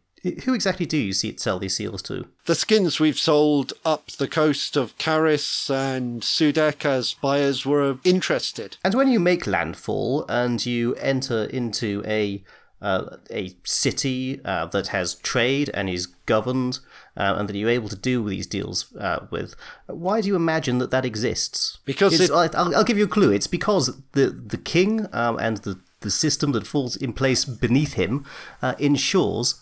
[SPEAKER 5] who exactly do you se- sell these seals to?
[SPEAKER 1] The skins we've sold up the coast of Caris and Sudak as buyers were interested.
[SPEAKER 5] And when you make landfall and you enter into a uh, a city uh, that has trade and is governed, uh, and that you're able to do these deals uh, with, why do you imagine that that exists?
[SPEAKER 1] Because
[SPEAKER 5] It's-
[SPEAKER 1] it-
[SPEAKER 5] I- I'll, I'll give you a clue. It's because the the king um, and the the system that falls in place beneath him uh, ensures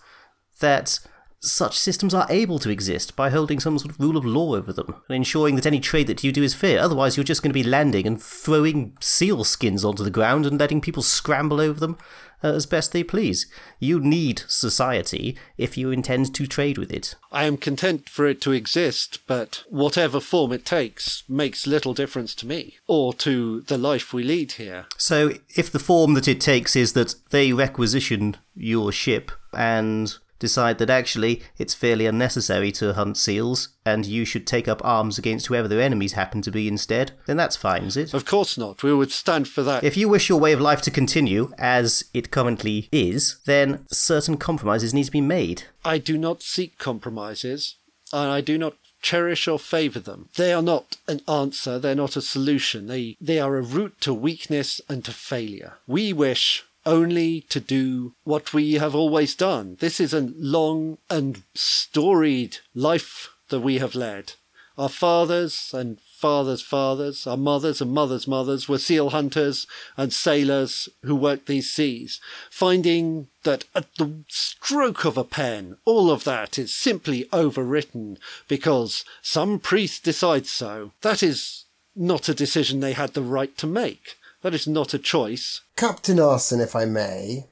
[SPEAKER 5] that such systems are able to exist by holding some sort of rule of law over them and ensuring that any trade that you do is fair. Otherwise, you're just going to be landing and throwing seal skins onto the ground and letting people scramble over them uh, as best they please. You need society if you intend to trade with it.
[SPEAKER 1] I am content for it to exist, but whatever form it takes makes little difference to me or to the life we lead here.
[SPEAKER 5] So, if the form that it takes is that they requisition your ship and decide that actually it's fairly unnecessary to hunt seals and you should take up arms against whoever their enemies happen to be instead, then that's fine, is it?
[SPEAKER 1] Of course not. We would stand for that.
[SPEAKER 5] If you wish your way of life to continue as it currently is, then certain compromises need to be made.
[SPEAKER 1] I do not seek compromises, and I do not cherish or favour them. They are not an answer, they're not a solution. They, they are a route to weakness and to failure. We wish only to do what we have always done. This is a long and storied life that we have led. Our fathers and fathers' fathers, our mothers and mothers' mothers were seal hunters and sailors who worked these seas, finding that at the stroke of a pen, all of that is simply overwritten because some priest decides so. That is not a decision they had the right to make. That is not a choice.
[SPEAKER 2] Captain Arson, if I may,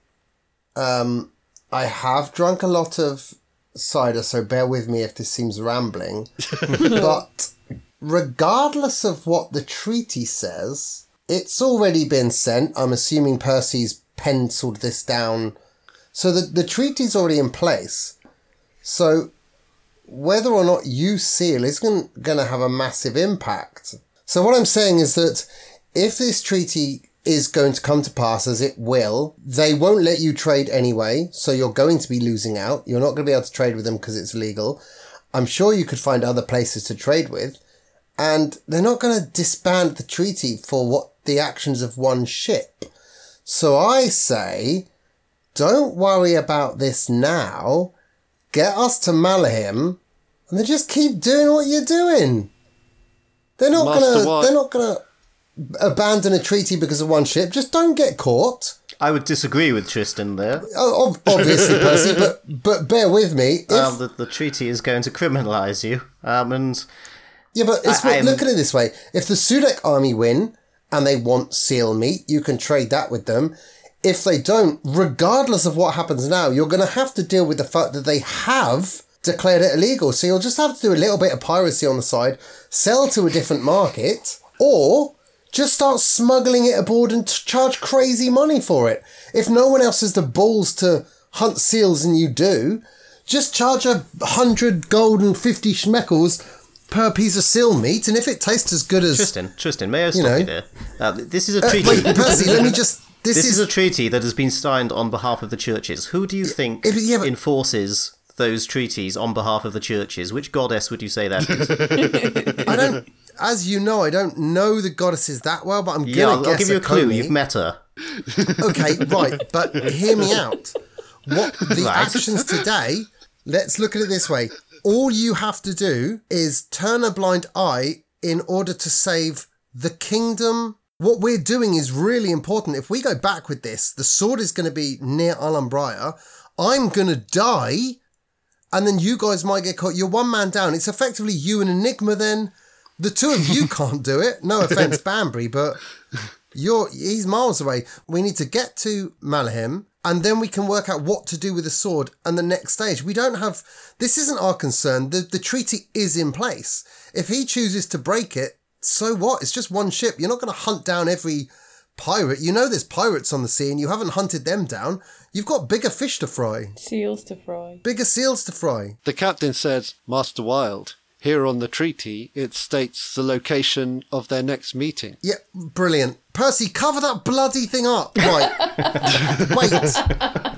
[SPEAKER 2] um, I have drunk a lot of cider, so bear with me if this seems rambling. but regardless of what the treaty says, it's already been sent. I'm assuming Percy's penciled this down. So the, the treaty's already in place. So whether or not you seal isn't going to have a massive impact. So what I'm saying is that if this treaty is going to come to pass as it will, they won't let you trade anyway. So you're going to be losing out. You're not going to be able to trade with them because it's illegal. I'm sure you could find other places to trade with. And they're not going to disband the treaty for what the actions of one ship. So I say, don't worry about this now. Get us to Malahim and then just keep doing what you're doing. They're not
[SPEAKER 1] Master
[SPEAKER 2] going to,
[SPEAKER 1] Watt-
[SPEAKER 2] they're not going to abandon a treaty because of one ship. Just don't get caught.
[SPEAKER 5] I would disagree with Tristan there.
[SPEAKER 2] Oh, ob- obviously, Percy, but but bear with me. If,
[SPEAKER 5] Um, the, the treaty is going to criminalise you. Um, and
[SPEAKER 2] yeah, but it's,
[SPEAKER 5] I- I'm-
[SPEAKER 2] look at it this way: if the Sudek army win and they want seal meat, you can trade that with them. If they don't, regardless of what happens now, you're going to have to deal with the fact that they have declared it illegal. So you'll just have to do a little bit of piracy on the side, sell to a different market, or just start smuggling it aboard and t- charge crazy money for it. If no one else has the balls to hunt seals and you do, just charge a hundred gold and fifty schmeckles per piece of seal meat, and if it tastes as good as
[SPEAKER 5] Tristan, Tristan, may I stop you,
[SPEAKER 2] know.
[SPEAKER 5] there? Uh, this is a
[SPEAKER 2] Uh,
[SPEAKER 5] treaty.
[SPEAKER 2] wait, Percy, let me just. This,
[SPEAKER 5] This
[SPEAKER 2] is,
[SPEAKER 5] is a treaty that has been signed on behalf of the churches. Who do you think
[SPEAKER 2] yeah, but- yeah, but-
[SPEAKER 5] enforces those treaties on behalf of the churches? Which goddess would you say that is?
[SPEAKER 2] I don't. As you know, I don't know the goddesses that well, but I'm
[SPEAKER 5] yeah,
[SPEAKER 2] gonna
[SPEAKER 5] I'll,
[SPEAKER 2] guess
[SPEAKER 5] I'll give you a clue.
[SPEAKER 2] Okomi.
[SPEAKER 5] You've met her.
[SPEAKER 2] okay, right, but hear me out. What the
[SPEAKER 5] Right.
[SPEAKER 2] actions today? Let's look at it this way. All you have to do is turn a blind eye in order to save the kingdom. What we're doing is really important. If we go back with this, the sword is going to be near Alumbraya. I'm going to die, and then you guys might get caught. You're one man down. It's effectively you and Enigma. Then the two of you can't do it. No offense, Banbury, but you're he's miles away. We need to get to Malahim and then we can work out what to do with the sword and the next stage. We don't have this isn't our concern. The the treaty is in place. If he chooses to break it, so what? It's just one ship. You're not gonna hunt down every pirate. You know there's pirates on the sea and you haven't hunted them down. You've got bigger fish to fry.
[SPEAKER 3] Seals to fry.
[SPEAKER 2] Bigger seals to fry.
[SPEAKER 1] The captain says, Master Wild, here on the treaty it states the location of their next meeting.
[SPEAKER 2] Yeah, brilliant. Percy, cover that bloody thing up. Right. wait.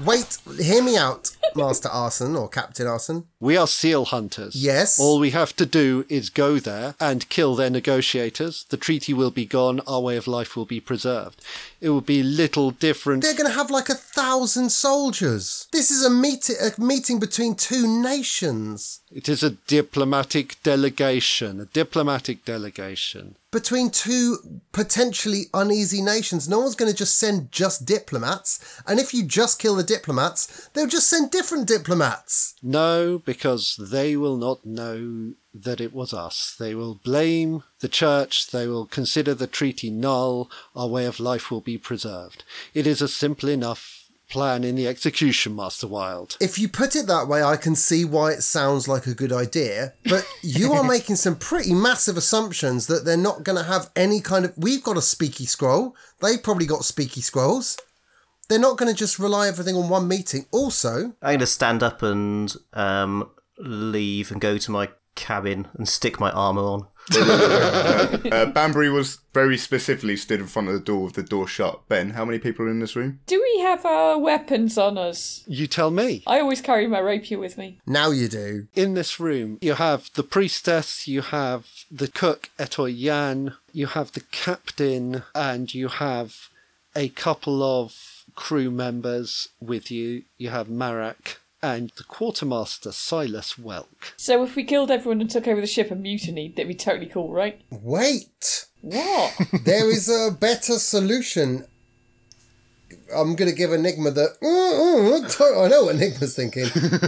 [SPEAKER 2] Wait. Hear me out, Master Arson or Captain Arson.
[SPEAKER 1] We are seal hunters.
[SPEAKER 2] Yes.
[SPEAKER 1] All we have to do is go there and kill their negotiators. The treaty will be gone. Our way of life will be preserved. It will be little different.
[SPEAKER 2] They're going to have like a thousand soldiers. This is a, meet- a meeting between two nations.
[SPEAKER 1] It is a diplomatic delegation. A diplomatic delegation.
[SPEAKER 2] Between two potentially uneasy nations. No one's going to just send just diplomats. And if you just kill the diplomats, they'll just send different diplomats.
[SPEAKER 1] No, because they will not know that it was us. They will blame the church. They will consider the treaty null. Our way of life will be preserved. It is a simple enough plan in the execution, Master Wild.
[SPEAKER 2] If you put it that way, I can see why it sounds like a good idea. But you are making some pretty massive assumptions that they're not going to have any kind of. We've got a speaky scroll. They've probably got speaky scrolls. they're not going to just rely everything on one meeting. Also,
[SPEAKER 5] I'm going to stand up and um, leave and go to my cabin and stick my armor on.
[SPEAKER 6] Uh, Banbury was very specifically stood in front of the door with the door shut. Ben, how many people are in this room?
[SPEAKER 3] Do we have our weapons on us?
[SPEAKER 1] You tell me.
[SPEAKER 3] I always carry my rapier with me.
[SPEAKER 2] now you do.
[SPEAKER 1] In this room, you have the priestess, you have the cook, Etoy Yan, you have the captain, and you have a couple of crew members with you. You have Marak and the quartermaster, Silas Welk.
[SPEAKER 3] So if we killed everyone and took over the ship and mutinied, that'd be totally cool, right?
[SPEAKER 2] Wait,
[SPEAKER 3] What?
[SPEAKER 2] there is a better solution. I'm going to give Enigma the. Mm, mm, to- I know what Enigma's thinking,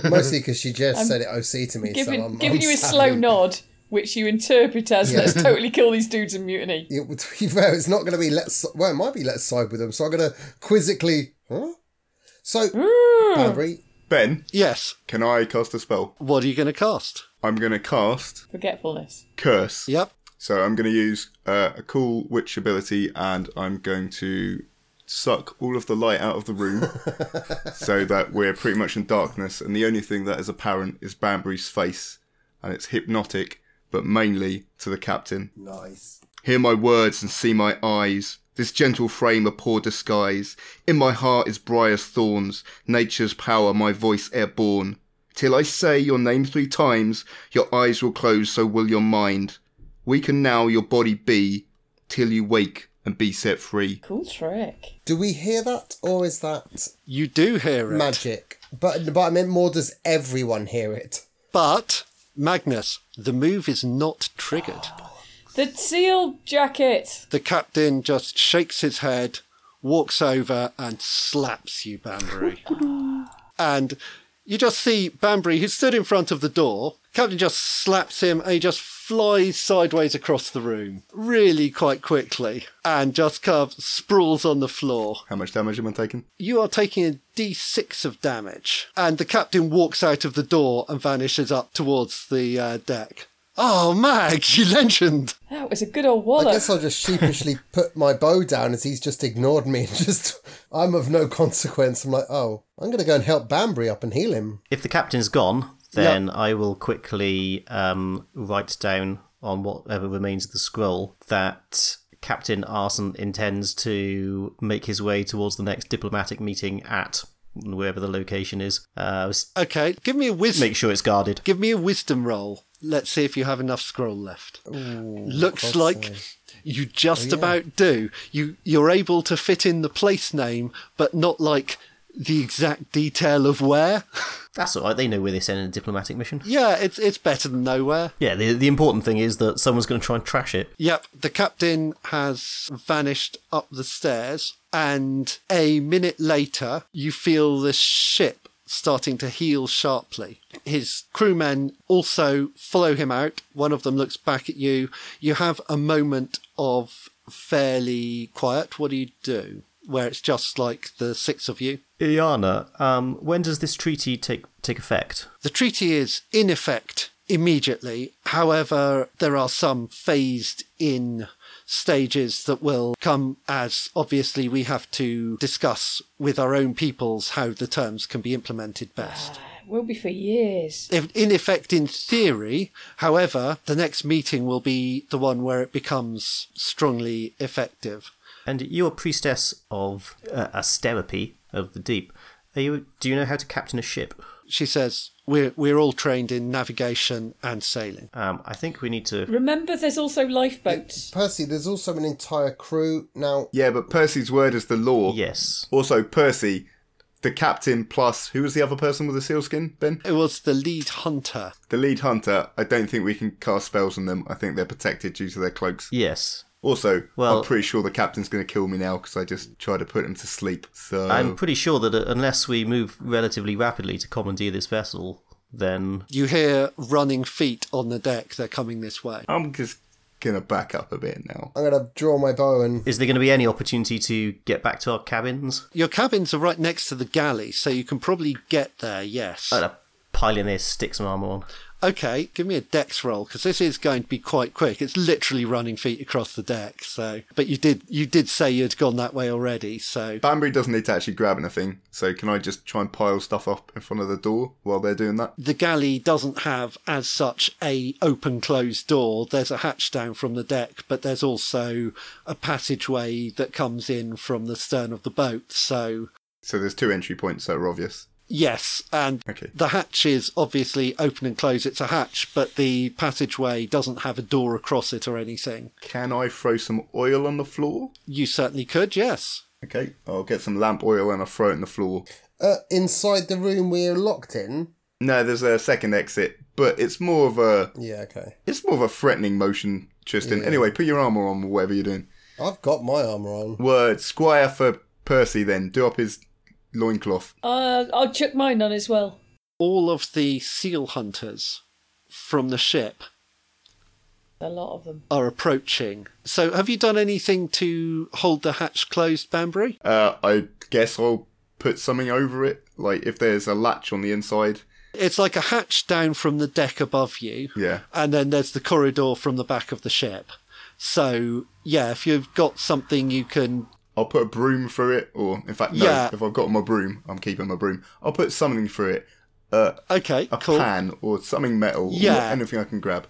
[SPEAKER 2] mostly because she just said it OC to me.
[SPEAKER 3] giving
[SPEAKER 2] so I'm,
[SPEAKER 3] giving
[SPEAKER 2] I'm
[SPEAKER 3] you a
[SPEAKER 2] sad.
[SPEAKER 3] slow nod, which you interpret as
[SPEAKER 2] Yeah.
[SPEAKER 3] let's totally kill these dudes and mutiny.
[SPEAKER 2] It, would- to be fair, it's not going to be let's. Well, it might be let's side with them. So I'm going to quizzically. Huh? So, Banbury,
[SPEAKER 6] Ben,
[SPEAKER 1] Yes.
[SPEAKER 6] can I cast a spell?
[SPEAKER 1] What are you going to cast?
[SPEAKER 6] I'm going to cast
[SPEAKER 3] Forgetfulness.
[SPEAKER 6] Curse.
[SPEAKER 1] Yep.
[SPEAKER 6] So I'm going to use uh, a cool witch ability, and I'm going to suck all of the light out of the room, so that we're pretty much in darkness. And the only thing that is apparent is Banbury's face, and it's hypnotic, but mainly to the captain.
[SPEAKER 2] nice.
[SPEAKER 6] Hear my words and see my eyes. This gentle frame a poor disguise. In my heart is briar's thorns. Nature's power my voice airborne. Till I say your name three times, your eyes will close, so will your mind. Weaken now your body be, till you wake and be set free.
[SPEAKER 3] Cool trick.
[SPEAKER 2] Do we hear that, or is that
[SPEAKER 1] You do hear it.
[SPEAKER 2] magic? But but I meant more. Does everyone hear it?
[SPEAKER 1] But, Magnus, the move is not triggered.
[SPEAKER 3] The seal jacket.
[SPEAKER 1] The captain just shakes his head, walks over, and slaps you, Banbury. and you just see Banbury, who stood in front of the door. Captain just slaps him and he just flies sideways across the room, really quite quickly, and just kind of sprawls on the floor.
[SPEAKER 6] How much damage am I taking?
[SPEAKER 1] You are taking a d6 of damage, and the captain walks out of the door and vanishes up towards the uh, deck. Oh, Mag, you legend!
[SPEAKER 3] That was a good old
[SPEAKER 2] I
[SPEAKER 3] wallop.
[SPEAKER 2] guess I'll just sheepishly put my bow down as he's just ignored me and just I'm of no consequence. I'm like, oh, I'm gonna go and help Banbury up and heal him.
[SPEAKER 5] If the captain's gone, then I will quickly um, write down on whatever remains of the scroll that Captain Arson intends to make his way towards the next diplomatic meeting at wherever the location is. Uh, s-
[SPEAKER 1] Okay, give me a wisdom.
[SPEAKER 5] make sure it's guarded.
[SPEAKER 1] Give me a wisdom roll. Let's see if you have enough scroll left. Looks like you just about do. You you're able to fit in the place name, but not like the exact detail of where.
[SPEAKER 5] That's all right. They know where they send in a diplomatic mission.
[SPEAKER 1] yeah, it's it's better than nowhere.
[SPEAKER 5] Yeah. The the important thing is that someone's going to try and trash it.
[SPEAKER 1] Yep, the captain has vanished up the stairs, and a minute later, you feel the ship starting to heel sharply. His crewmen also follow him out. One of them looks back at you. You have a moment of fairly quiet. What do you do? Where it's just like the six of you.
[SPEAKER 5] Iana, um, when does this treaty take take effect?
[SPEAKER 1] The treaty is in effect immediately. However, there are some phased in stages that will come as obviously we have to discuss with our own peoples how the terms can be implemented best.
[SPEAKER 3] Will be for years.
[SPEAKER 1] If, in effect, in theory, however, the next meeting will be the one where it becomes strongly effective.
[SPEAKER 5] And you're priestess of uh, Asterope of the deep. Are you? Do you know how to captain a ship?
[SPEAKER 1] She says, we're, we're all trained in navigation and sailing.
[SPEAKER 5] Um, I think we need to.
[SPEAKER 3] Remember, there's also lifeboats.
[SPEAKER 2] Percy, there's also an entire crew now.
[SPEAKER 6] Yeah, but Percy's word is the law.
[SPEAKER 5] Yes.
[SPEAKER 6] Also, Percy, the captain plus who was the other person with the sealskin? Ben,
[SPEAKER 1] It was the lead hunter
[SPEAKER 6] the lead hunter. I don't think we can cast spells on them. I think they're protected due to their cloaks.
[SPEAKER 5] Yes.
[SPEAKER 6] Also,
[SPEAKER 5] Well-
[SPEAKER 6] I'm pretty sure the captain's going to kill me now because I just tried to put him to sleep. So
[SPEAKER 5] I'm pretty sure that uh, unless we move relatively rapidly to commandeer this vessel, then
[SPEAKER 1] You hear running feet on the deck. They're coming this way.
[SPEAKER 6] I'm just going to back up a bit now.
[SPEAKER 2] I'm gonna draw my bow and
[SPEAKER 5] is there going to be any opportunity to get back to our cabins?
[SPEAKER 1] Your cabins are right next to the galley, so you can probably get there, yes.
[SPEAKER 5] I'd pile in there, stick some armor on.
[SPEAKER 1] Okay, give me a dex roll because this is going to be quite quick. It's literally running feet across the deck. So, but you did you did say you'd gone that way already. So,
[SPEAKER 6] Bambury doesn't need to actually grab anything, so can I just try and pile stuff up in front of the door while they're doing that?
[SPEAKER 1] the galley doesn't have as such a open closed door there's a hatch down from the deck but there's also a passageway that comes in from the stern of the boat so
[SPEAKER 6] So there's two entry points that are obvious.
[SPEAKER 1] yes and
[SPEAKER 6] Okay.
[SPEAKER 1] the hatch is obviously open and closed it's a hatch but the passageway doesn't have a door across it or anything
[SPEAKER 6] Can I throw some oil on the floor?
[SPEAKER 1] you certainly could yes
[SPEAKER 6] Okay, I'll get some lamp oil and I'll throw it on the floor.
[SPEAKER 2] Uh, inside the room we're locked in.
[SPEAKER 6] No, there's a second exit, but it's more of a
[SPEAKER 2] Yeah, okay.
[SPEAKER 6] it's more of a threatening motion, Tristan. Anyway, put your armor on, whatever you're doing.
[SPEAKER 2] I've got my armor on.
[SPEAKER 6] Word, Squire for Percy. Then do up his loincloth.
[SPEAKER 3] Uh, I'll chuck mine on as well.
[SPEAKER 1] all of the seal hunters from the ship
[SPEAKER 3] A lot of them.
[SPEAKER 1] are approaching so have you done anything to hold the hatch closed banbury
[SPEAKER 6] Uh, I guess I'll put something over it, like if there's a latch on the inside.
[SPEAKER 1] It's like a hatch down from the deck above you,
[SPEAKER 6] Yeah.
[SPEAKER 1] and then there's the corridor from the back of the ship. So, yeah, if you've got something you can.
[SPEAKER 6] I'll put a broom through it, or in fact, no.
[SPEAKER 1] Yeah.
[SPEAKER 6] If I've got my broom, I'm keeping my broom. I'll put something through it, uh,
[SPEAKER 1] Okay,
[SPEAKER 6] a
[SPEAKER 1] cool.
[SPEAKER 6] pan or something metal,
[SPEAKER 1] Yeah.
[SPEAKER 6] or anything I can grab.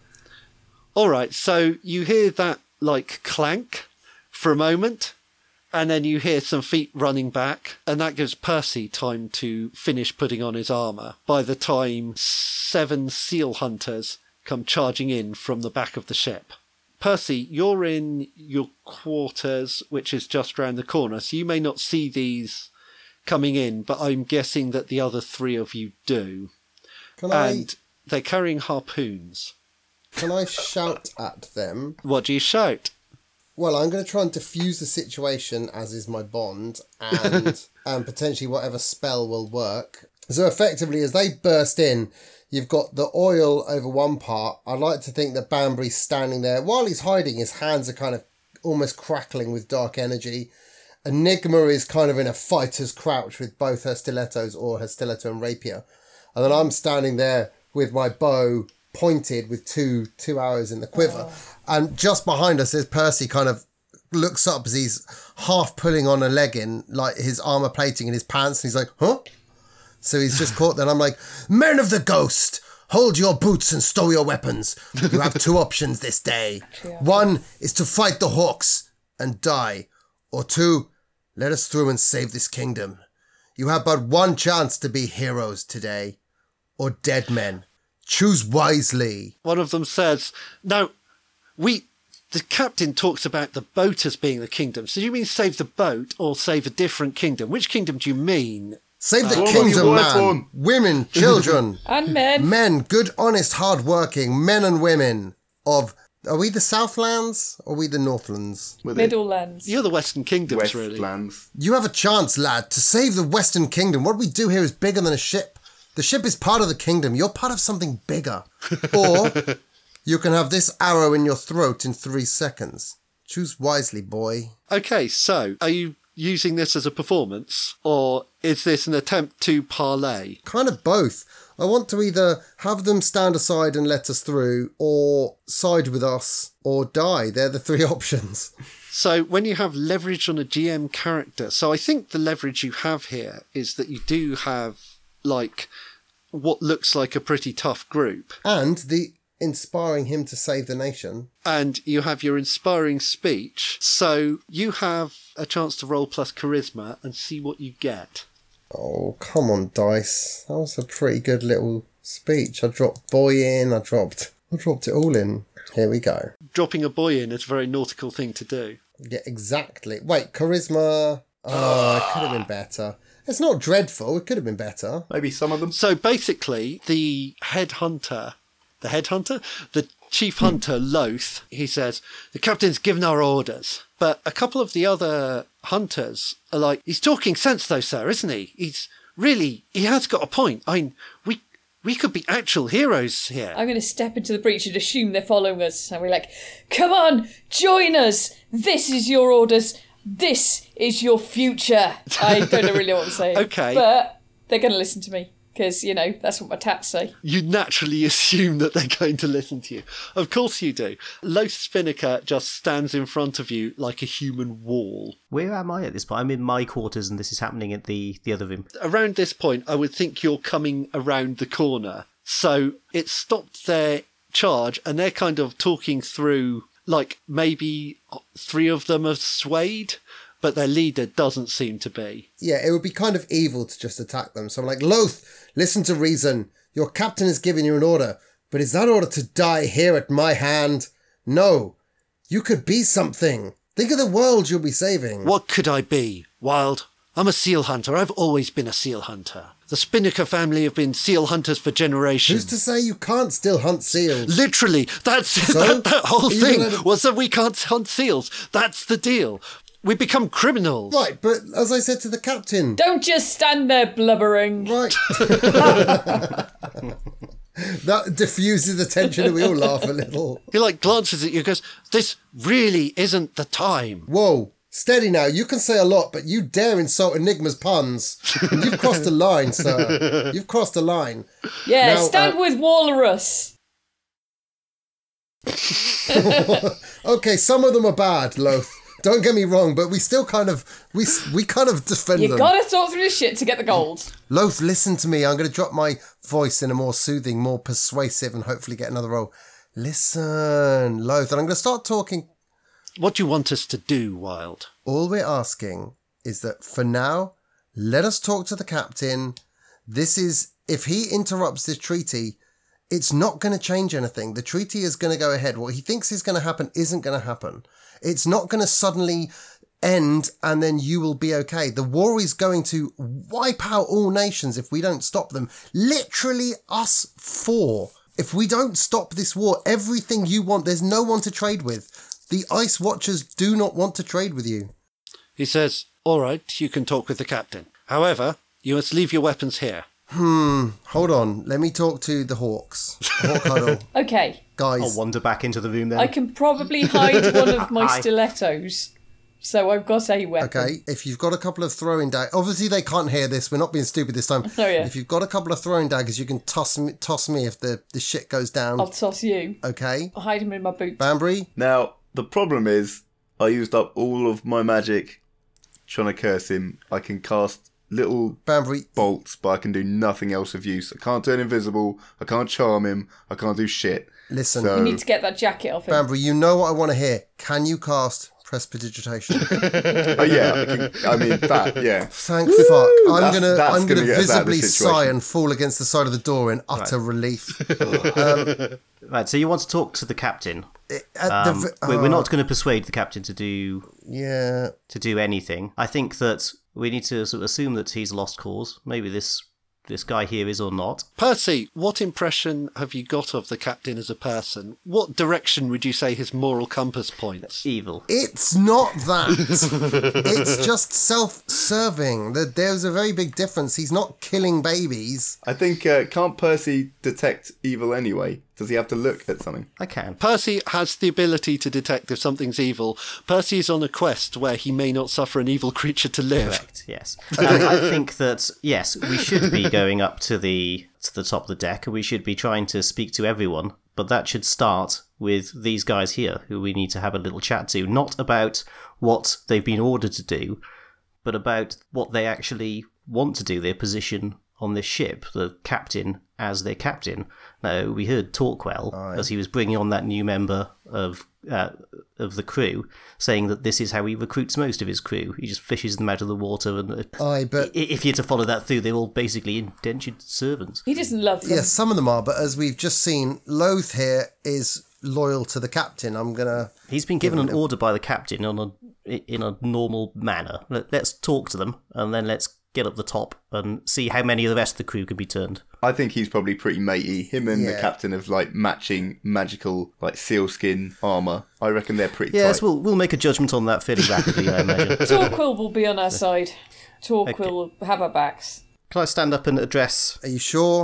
[SPEAKER 1] All right, so you hear that, like, clank for a moment, and then you hear some feet running back, and that gives Percy time to finish putting on his armour by the time seven seal hunters come charging in from the back of the ship. Percy, you're in your quarters, which is just round the corner, so you may not see these coming in, but I'm guessing that the other three of you do.
[SPEAKER 2] Can
[SPEAKER 1] And they're carrying harpoons.
[SPEAKER 2] I can I shout at them?
[SPEAKER 1] What do you shout?
[SPEAKER 2] Well, I'm going to try and defuse the situation, as is my bond, and and potentially whatever spell will work. So effectively, as they burst in, you've got the oil over one part. I like to think that Banbury's standing there while he's hiding. His hands are kind of almost crackling with dark energy. Enigma is kind of in a fighter's crouch with both her stilettos or her stiletto and rapier, and then I'm standing there with my bow pointed with two two arrows in the quiver, and just behind us is Percy kind of looks up as he's half pulling on a legging, like his armor plating in his pants, and he's like, huh? So he's just caught. Then I'm like, men of the ghost, hold your boots and stow your weapons. You have two options this day. One is to fight the hawks and die, or two, let us through and save this kingdom. You have but one chance to be heroes today, or dead men. Choose wisely.
[SPEAKER 1] one of them says, "No, we." The captain talks about the boat as being the kingdom. So do you mean save the boat or save a different kingdom? Which kingdom do you mean?
[SPEAKER 2] Save the
[SPEAKER 6] Woman,
[SPEAKER 2] kingdom,
[SPEAKER 6] you
[SPEAKER 2] man.
[SPEAKER 6] worthorn.
[SPEAKER 2] Women, children,
[SPEAKER 3] And men.
[SPEAKER 2] men, good, honest, hard-working men and women of. Are we the Southlands? Or are we the Northlands?
[SPEAKER 6] With it.
[SPEAKER 3] Middlelands.
[SPEAKER 1] You're the Western Kingdoms, really.
[SPEAKER 6] Westlands.
[SPEAKER 2] You have a chance, lad, to save the Western Kingdom. What we do here is bigger than a ship. The ship is part of the kingdom. You're part of something bigger. Or you can have this arrow in your throat in three seconds. Choose wisely, boy.
[SPEAKER 1] Okay, so are you using this as a performance or is this an attempt to parlay?
[SPEAKER 2] Kind of both. I want to either have them stand aside and let us through, or side with us, or die. They're the three options.
[SPEAKER 1] So when you have leverage on a GM character, so I think the leverage you have here is that you do have like what looks like a pretty tough group.
[SPEAKER 2] And the inspiring him to save the nation.
[SPEAKER 1] and you have your inspiring speech. So you have a chance to roll plus charisma and see what you get.
[SPEAKER 2] Oh, come on, dice. That was a pretty good little speech. I dropped boy in. I dropped. I dropped it all in. Here we go.
[SPEAKER 1] Dropping a boy in is a very nautical thing to do.
[SPEAKER 2] Yeah, exactly. Wait, charisma. Oh, it could have been better. It's not dreadful. It could have been better.
[SPEAKER 6] Maybe some of them.
[SPEAKER 1] So basically, the head hunter, the head hunter, the chief hunter, Loth, he says, The captain's given our orders. But a couple of the other hunters are like, He's talking sense, though, sir, isn't he? He's really, he has got a point. I mean, we, we could be actual heroes here.
[SPEAKER 3] I'm going to step into the breach and assume they're following us. And we're like, come on, join us. This is your orders. This is your future. I don't really know what I'm saying.
[SPEAKER 1] Okay.
[SPEAKER 3] But they're going to listen to me. because you know that's what my tats say.
[SPEAKER 1] you naturally assume that they're going to listen to you. Of course you do. Los Spinnaker just stands in front of you like a human wall.
[SPEAKER 5] Where am I at this point? I'm in my quarters, and this is happening at the the other room.
[SPEAKER 1] Around this point, I would think you're coming around the corner. So it stopped their charge, and they're kind of talking through, like maybe three of them have swayed, but their leader doesn't seem to be.
[SPEAKER 2] Yeah, it would be kind of evil to just attack them. So I'm like, Loth, listen to reason. Your captain has given you an order, but is that order to die here at my hand? No. You could be something. Think of the world you'll be saving.
[SPEAKER 1] What could I be? Wild? I'm a seal hunter. I've always been a seal hunter. The Spinnaker family have been seal hunters for generations.
[SPEAKER 2] Who's to say you can't still hunt seals?
[SPEAKER 1] Literally, that's that, that whole
[SPEAKER 2] Are you
[SPEAKER 1] thing
[SPEAKER 2] gonna-
[SPEAKER 1] was that we can't hunt seals. That's the deal. We become criminals.
[SPEAKER 2] Right, but as I said to the captain,
[SPEAKER 3] Don't just stand there blubbering.
[SPEAKER 2] right. that diffuses the tension and we all laugh a little.
[SPEAKER 1] He like glances at you, and goes, "This really isn't the time."
[SPEAKER 2] Whoa, steady now. You can say a lot, but you dare insult Enigma's puns. You've crossed a line, sir. You've crossed a line.
[SPEAKER 3] Yeah,
[SPEAKER 2] Now,
[SPEAKER 3] stand
[SPEAKER 2] uh,
[SPEAKER 3] with Walrus.
[SPEAKER 2] Okay, some of them are bad, Loth. Don't get me wrong, but we still kind of we we kind of defend
[SPEAKER 3] You
[SPEAKER 2] them.
[SPEAKER 3] gotta sort through this shit to get the gold.
[SPEAKER 2] Loth, listen to me. I'm going to drop my voice in a more soothing, more persuasive, and hopefully get another role. Listen, Loth, and I'm going to start talking.
[SPEAKER 1] What do you want us to do, Wild?
[SPEAKER 2] All we're asking is that for now, let us talk to the captain. This is if he interrupts this treaty, it's not going to change anything. The treaty is going to go ahead. What he thinks is going to happen isn't going to happen. It's not going to suddenly end and then you will be okay. The war is going to wipe out all nations if we don't stop them. Literally, us four. If we don't stop this war, everything you want, there's no one to trade with. The Ice Watchers do not want to trade with you.
[SPEAKER 1] He says, "All right, you can talk with the captain. However, you must leave your weapons here."
[SPEAKER 2] Hold on, let me talk to the Hawks. Hawk huddle.
[SPEAKER 3] Okay,
[SPEAKER 5] I'll
[SPEAKER 2] Guys,
[SPEAKER 5] wander back into the room then.
[SPEAKER 3] I can probably hide one of my
[SPEAKER 5] Aye.
[SPEAKER 3] stilettos, so I've got a weapon.
[SPEAKER 2] okay, if you've got a couple of throwing daggers, obviously they can't hear this. We're not being stupid this time.
[SPEAKER 3] Oh, yeah.
[SPEAKER 2] If you've got a couple of throwing daggers, you can toss me, toss me if the, the shit goes down.
[SPEAKER 3] I'll toss you.
[SPEAKER 2] Okay.
[SPEAKER 3] I'll hide him in my boot.
[SPEAKER 2] Banbury,
[SPEAKER 6] Now, the problem is, I used up all of my magic trying to curse him. I can cast little
[SPEAKER 2] Banbury,
[SPEAKER 6] bolts, but I can do nothing else of use. I can't turn invisible. I can't charm him. I can't do shit.
[SPEAKER 2] listen.
[SPEAKER 6] So,
[SPEAKER 3] You need to get that jacket off him.
[SPEAKER 2] Banbury, you know what I want to hear. Can you cast Prestidigitation?
[SPEAKER 6] oh yeah, I, can, I mean that. Yeah,
[SPEAKER 2] Thank fuck. I'm
[SPEAKER 6] That's-
[SPEAKER 2] gonna
[SPEAKER 6] that's
[SPEAKER 2] I'm gonna,
[SPEAKER 6] gonna get us out of this
[SPEAKER 2] visibly sigh
[SPEAKER 6] situation.
[SPEAKER 2] and fall against the side of the door in utter relief.
[SPEAKER 5] Right, so you want to talk to the captain.
[SPEAKER 2] At the
[SPEAKER 5] Um,
[SPEAKER 2] v-
[SPEAKER 5] we- we're
[SPEAKER 2] oh,
[SPEAKER 5] not going to persuade the captain to do
[SPEAKER 2] Yeah.
[SPEAKER 5] to do anything. I think that we need to sort of assume that he's a lost cause. Maybe this this guy here is or not.
[SPEAKER 1] Percy, what impression have you got of the captain as a person? What direction would you say his moral compass points?
[SPEAKER 5] Evil.
[SPEAKER 2] It's not that. it's just self-serving. There- There's a very big difference. He's not killing babies.
[SPEAKER 6] I think uh, can't Percy detect evil anyway? Does he have to look at something?
[SPEAKER 5] I can.
[SPEAKER 1] Percy has the ability to detect if something's evil. Percy is on a quest where he may not suffer an evil creature to live.
[SPEAKER 5] Correct. Yes. Um, I think that yes, we should be going up to the to the top of the deck, and we should be trying to speak to everyone. But that should start with these guys here, who we need to have a little chat to, not about what they've been ordered to do, but about what they actually want to do, their position on this ship, the captain as their captain. Now we heard Torquell as he was bringing on that new member of uh, of the crew, saying that this is how he recruits most of his crew. He just fishes them out of the water, and uh,
[SPEAKER 2] I but
[SPEAKER 5] i- if you're to follow that through, they're all basically indentured servants.
[SPEAKER 3] He doesn't love them.
[SPEAKER 2] yeah, some of them are, but as we've just seen, Loth here is loyal to the captain. I'm gonna
[SPEAKER 5] He's been given an order by the captain on a in a normal manner. Let, let's talk to them, and then let's get up the top and see how many of the rest of the crew can be turned.
[SPEAKER 6] I think he's probably pretty matey. Him and the
[SPEAKER 2] Yeah.
[SPEAKER 6] captain have like matching magical like sealskin armor. I reckon they're pretty.
[SPEAKER 5] Yes,
[SPEAKER 6] tight.
[SPEAKER 5] we'll we'll make a judgment on that fairly rapidly, I imagine.
[SPEAKER 3] Torquil will be on our side. Torquil will have our backs.
[SPEAKER 5] Can I stand up and address?
[SPEAKER 2] Are you sure?
[SPEAKER 5] Do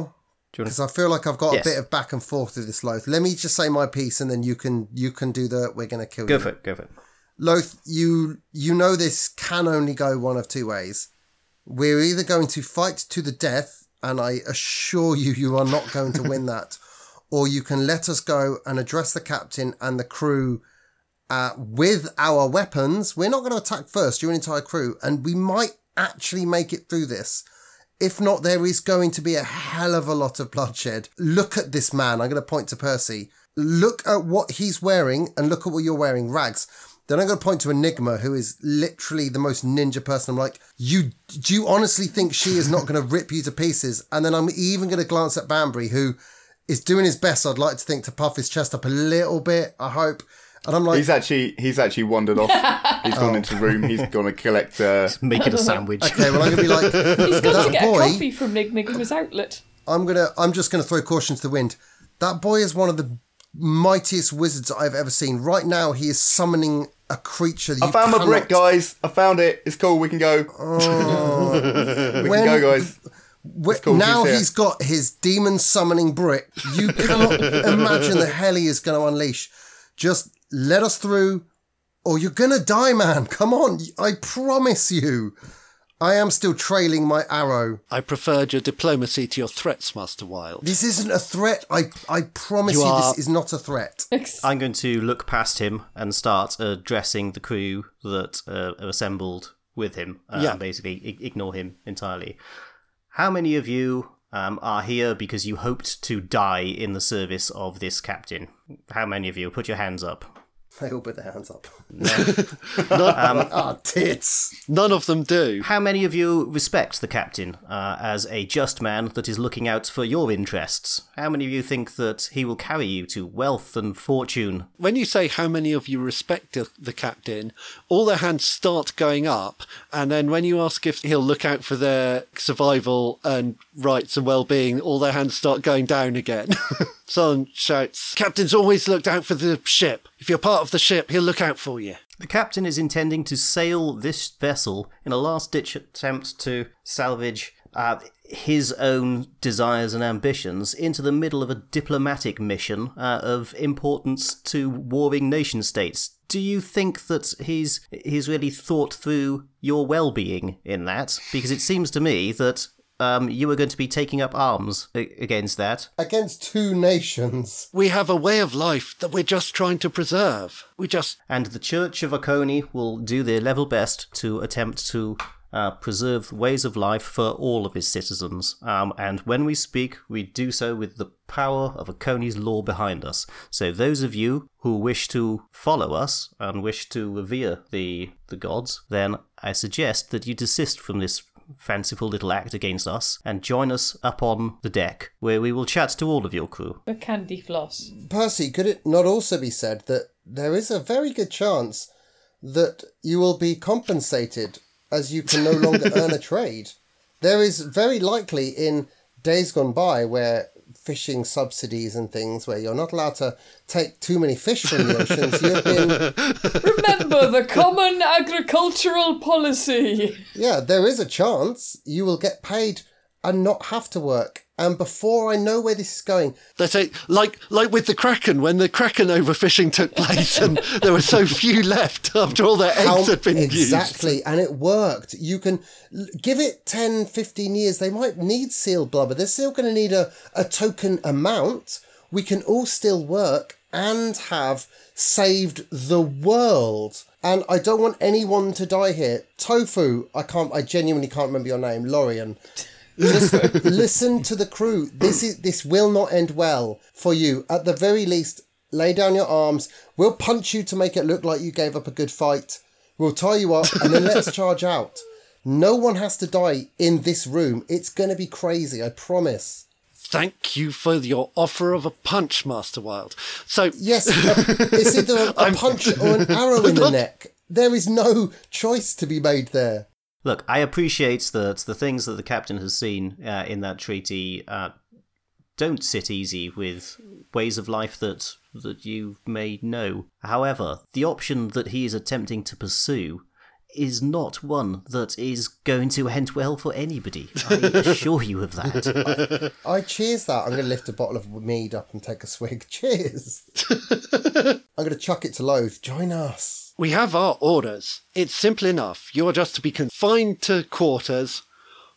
[SPEAKER 5] you wanna-
[SPEAKER 2] Because I feel like I've got
[SPEAKER 5] Yes.
[SPEAKER 2] a bit of back and forth with this Loth. Let me just say my piece, and then you can you can do the we're gonna kill
[SPEAKER 5] Go
[SPEAKER 2] you.
[SPEAKER 5] for it. Go for it.
[SPEAKER 2] Loth, you you know this can only go one of two ways. We're either going to fight to the death and I assure you, you are not going to win that. or you can let us go and address the captain and the crew uh, with our weapons. We're not going to attack first, your entire crew, and we might actually make it through this. If not, there is going to be a hell of a lot of bloodshed. Look at this man. I'm going to point to Percy. Look at what he's wearing and look at what you're wearing, rags. Then I'm going to point to Enigma, who is literally the most ninja person. I'm like, you do you honestly think she is not going to rip you to pieces? And then I'm even going to glance at Banbury, who is doing his best. I'd like to think to puff his chest up a little bit. I hope. And I'm like,
[SPEAKER 6] He's actually he's actually wandered off. He's
[SPEAKER 1] Oh.
[SPEAKER 6] gone into the room. He's gone to collect. Uh,
[SPEAKER 5] Make it a sandwich.
[SPEAKER 2] okay, well, I'm going to be like,
[SPEAKER 3] He's got
[SPEAKER 2] that
[SPEAKER 3] to get a
[SPEAKER 2] boy.
[SPEAKER 3] coffee from Nig Nigma's outlet.
[SPEAKER 2] I'm gonna. I'm just gonna throw caution to the wind. That boy is one of the mightiest wizards I've ever seen. Right now, he is summoning a creature. That
[SPEAKER 6] I
[SPEAKER 2] you
[SPEAKER 6] found my
[SPEAKER 2] cannot-
[SPEAKER 6] brick, guys. I found it. It's cool. We can go. we
[SPEAKER 2] When-
[SPEAKER 6] can
[SPEAKER 1] Oh.
[SPEAKER 6] go, guys.
[SPEAKER 2] Wh-
[SPEAKER 6] called-
[SPEAKER 2] now
[SPEAKER 6] he's here.
[SPEAKER 2] he's got his demon summoning brick. You cannot imagine the hell he is going to unleash. Just let us through, or you're going to die, man. Come on, I promise you. I am still trailing my arrow.
[SPEAKER 1] I preferred your diplomacy to your threats, Master Wild.
[SPEAKER 2] This isn't a threat. I I promise
[SPEAKER 1] You
[SPEAKER 2] you,
[SPEAKER 1] are-
[SPEAKER 2] this is not a threat.
[SPEAKER 5] I'm going to look past him and start addressing the crew that uh, are assembled with him. Uh,
[SPEAKER 1] Yeah.
[SPEAKER 5] And basically, I- ignore him entirely. How many of you um, are here because you hoped to die in the service of this captain? How many of you? Put your hands up.
[SPEAKER 2] They all put their hands up.
[SPEAKER 1] None,
[SPEAKER 2] Ah, tits.
[SPEAKER 1] none of them do.
[SPEAKER 5] How many of you respect the captain uh, as a just man that is looking out for your interests? How many of you think that he will carry you to wealth and fortune?
[SPEAKER 1] When you say how many of you respect the, the captain, all their hands start going up, and then when you ask if he'll look out for their survival and rights and well-being, all their hands start going down again. Someone shouts, "Captain's always looked out for the ship. If you're part of the ship, he'll look out for you."
[SPEAKER 5] The captain is intending to sail this vessel in a last ditch attempt to salvage uh, his own desires and ambitions into the middle of a diplomatic mission uh, of importance to warring nation states. Do you think that he's he's really thought through your well-being in that? Because it seems to me that um, you are going to be taking up arms a- against that.
[SPEAKER 2] Against two nations.
[SPEAKER 1] We have a way of life that we're just trying to preserve. We just
[SPEAKER 5] and the Church of Oconee will do their level best to attempt to uh, preserve ways of life for all of his citizens. Um, and when we speak, we do so with the power of Oconee's law behind us. So those of you who wish to follow us and wish to revere the the gods, then I suggest that you desist from this fanciful little act against us and join us up on the deck where we will chat to all of your crew.
[SPEAKER 3] A candy floss.
[SPEAKER 2] Percy, could it not also be said that there is a very good chance that you will be compensated as you can no longer earn a trade? There is very likely in days gone by where fishing subsidies and things where you're not allowed to take too many fish from the oceans. You've been,
[SPEAKER 3] Remember the common agricultural policy.
[SPEAKER 2] yeah, there is a chance you will get paid and not have to work. And before I know where this is going,
[SPEAKER 1] They say, like, like with the Kraken, when the Kraken overfishing took place and there were so few left after all their eggs
[SPEAKER 2] How-
[SPEAKER 1] had been
[SPEAKER 2] exactly and it worked you can l- give it 10 15 years they might need seal blubber they're still going to need a, a token amount we can all still work and have saved the world and i don't want anyone to die here tofu i can't i genuinely can't remember your name lorian listen, listen to the crew. This is this will not end well for you. At the very least, lay down your arms. We'll punch you to make it look like you gave up a good fight. We'll tie you up and then let's charge out. No one has to die in this room. It's gonna be crazy. I promise.
[SPEAKER 1] used. Thank you for your offer of a punch, Master Wild. So,
[SPEAKER 2] Yes, a- it's either a, a punch or an arrow in the neck. There is no choice to be made there.
[SPEAKER 5] Look, I appreciate that the things that the captain has seen uh, in that treaty uh, don't sit easy with ways of life that that you may know. However, the option that he is attempting to pursue is not one that is going to end well for anybody. I assure you of that.
[SPEAKER 2] I cheers that. I'm going to lift a bottle of mead up and take a swig. Cheers. I'm going to chuck it to Loath. Join us.
[SPEAKER 1] we have our orders. It's simple enough. You are just to be confined to quarters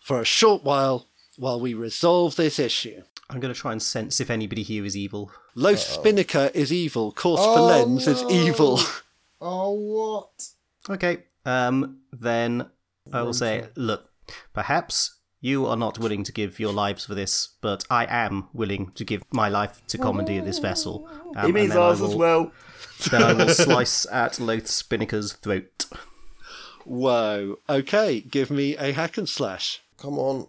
[SPEAKER 1] for a short while while we resolve this issue.
[SPEAKER 5] I'm going to try and sense if anybody here is evil.
[SPEAKER 1] Loaf Spinnaker is evil. Course for Lens is evil.
[SPEAKER 2] Oh, what?
[SPEAKER 5] Okay. Um, then I will say, look, perhaps you are not willing to give your lives for this, but I am willing to give my life to commandeer this vessel. Um,
[SPEAKER 6] He
[SPEAKER 5] and
[SPEAKER 6] means
[SPEAKER 5] then I
[SPEAKER 6] ours as
[SPEAKER 5] will-
[SPEAKER 6] well.
[SPEAKER 5] then I will slice at Loath Spinnaker's throat.
[SPEAKER 1] Whoa. Okay, give me a hack and slash.
[SPEAKER 2] Come on.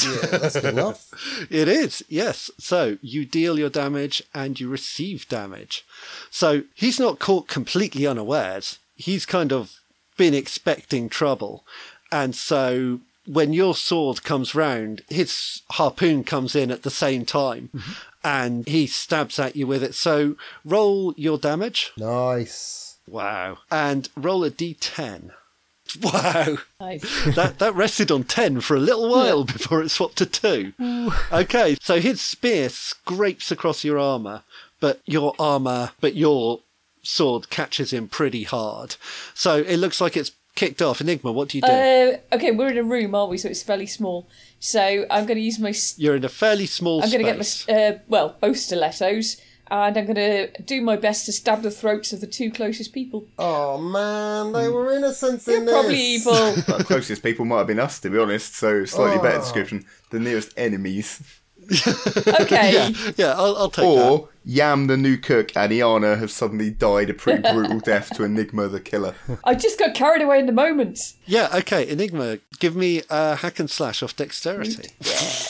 [SPEAKER 2] Yeah, that's good enough.
[SPEAKER 1] It is, yes. So you deal your damage and you receive damage. So he's not caught completely unawares. He's kind of been expecting trouble. And so when your sword comes round, his harpoon comes in at the same time and he stabs at you with it. So roll your damage.
[SPEAKER 2] Nice.
[SPEAKER 1] Wow. And roll a d10. Wow.
[SPEAKER 3] Nice.
[SPEAKER 1] that that rested on 10 for a little while before it swapped to 2. Okay, so his spear scrapes across your armor, but your armor, but your sword catches him pretty hard. So it looks like it's kicked off. Enigma, what do you do?
[SPEAKER 3] Uh, okay, we're in a room, aren't we? So it's fairly small. So I'm going to use my. s-
[SPEAKER 1] You're in a fairly small
[SPEAKER 3] I'm
[SPEAKER 1] space.
[SPEAKER 3] going to get my. Uh, well, both stilettos, and I'm going to do my best to stab the throats of the two closest people.
[SPEAKER 2] Oh man, they were innocents in
[SPEAKER 3] You're
[SPEAKER 2] this.
[SPEAKER 3] probably evil.
[SPEAKER 6] The closest people might have been us, to be honest. So slightly better
[SPEAKER 1] Oh.
[SPEAKER 6] description: the nearest enemies,
[SPEAKER 3] Okay.
[SPEAKER 1] yeah, I'll, I'll take that.
[SPEAKER 6] or Yam the new cook and Iana have suddenly died a pretty brutal death to Enigma the killer.
[SPEAKER 3] I just got carried away in the moment.
[SPEAKER 1] Yeah, okay, Enigma, give me a hack and slash off dexterity.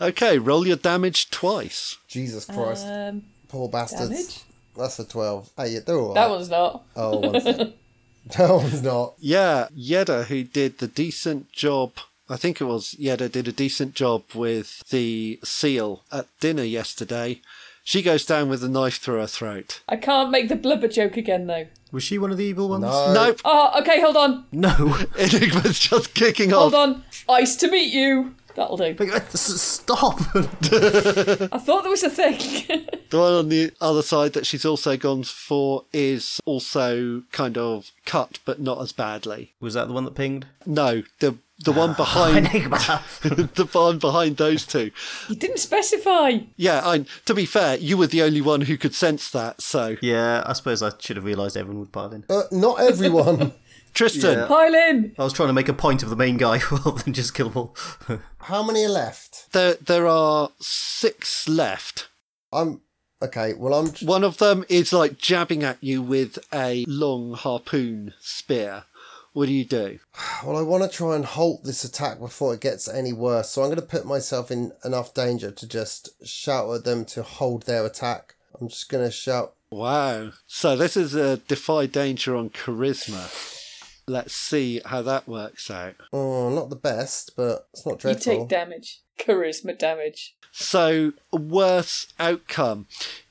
[SPEAKER 1] okay, roll your damage twice.
[SPEAKER 2] Jesus Christ,
[SPEAKER 3] Um,
[SPEAKER 2] poor bastards.
[SPEAKER 3] damage?
[SPEAKER 2] That's a twelve. Hey, yeah, they're all
[SPEAKER 3] that
[SPEAKER 2] right.
[SPEAKER 3] one's not.
[SPEAKER 2] Oh, one's not. that one's not.
[SPEAKER 1] Yeah, Yeda, who did the decent job. I think it was Yeda did a decent job with the seal at dinner yesterday. She goes down with a knife through her throat.
[SPEAKER 3] I can't make the blubber joke again though.
[SPEAKER 5] Was she one of the evil ones?
[SPEAKER 2] No.
[SPEAKER 1] Nope,
[SPEAKER 3] Oh, okay, hold on,
[SPEAKER 5] No.
[SPEAKER 1] Enigma's just kicking
[SPEAKER 3] hold
[SPEAKER 1] off.
[SPEAKER 3] on. Ice to meet you. That'll do.
[SPEAKER 5] S- Stop!
[SPEAKER 3] I thought there was a thing.
[SPEAKER 1] The one on the other side that she's also gone for is also kind of cut, but not as badly.
[SPEAKER 5] Was that the one that pinged?
[SPEAKER 1] No, the the one behind
[SPEAKER 5] Enigma!
[SPEAKER 1] the one behind those two.
[SPEAKER 3] you didn't specify.
[SPEAKER 1] Yeah, I, to be fair, you were the only one who could sense that. So
[SPEAKER 5] yeah, I suppose I should have realised everyone would pile in.
[SPEAKER 2] Uh, not everyone.
[SPEAKER 1] Tristan,
[SPEAKER 3] Pile in.
[SPEAKER 5] I was trying to make a point of the main guy rather than just kill them all.
[SPEAKER 2] How many are left?
[SPEAKER 1] there there are six left.
[SPEAKER 2] I'm okay. Well, I'm.
[SPEAKER 1] One of them is like jabbing at you with a long harpoon spear. What do you do?
[SPEAKER 2] Well, I want to try and halt this attack before it gets any worse. So I'm going to put myself in enough danger to just shout at them to hold their attack. I'm just going to shout.
[SPEAKER 1] Wow. So this is a defy danger on charisma. Let's see how that works out.
[SPEAKER 2] Oh, not the best, but it's not
[SPEAKER 3] You
[SPEAKER 2] dreadful.
[SPEAKER 3] take damage. Charisma damage.
[SPEAKER 1] So worse outcome.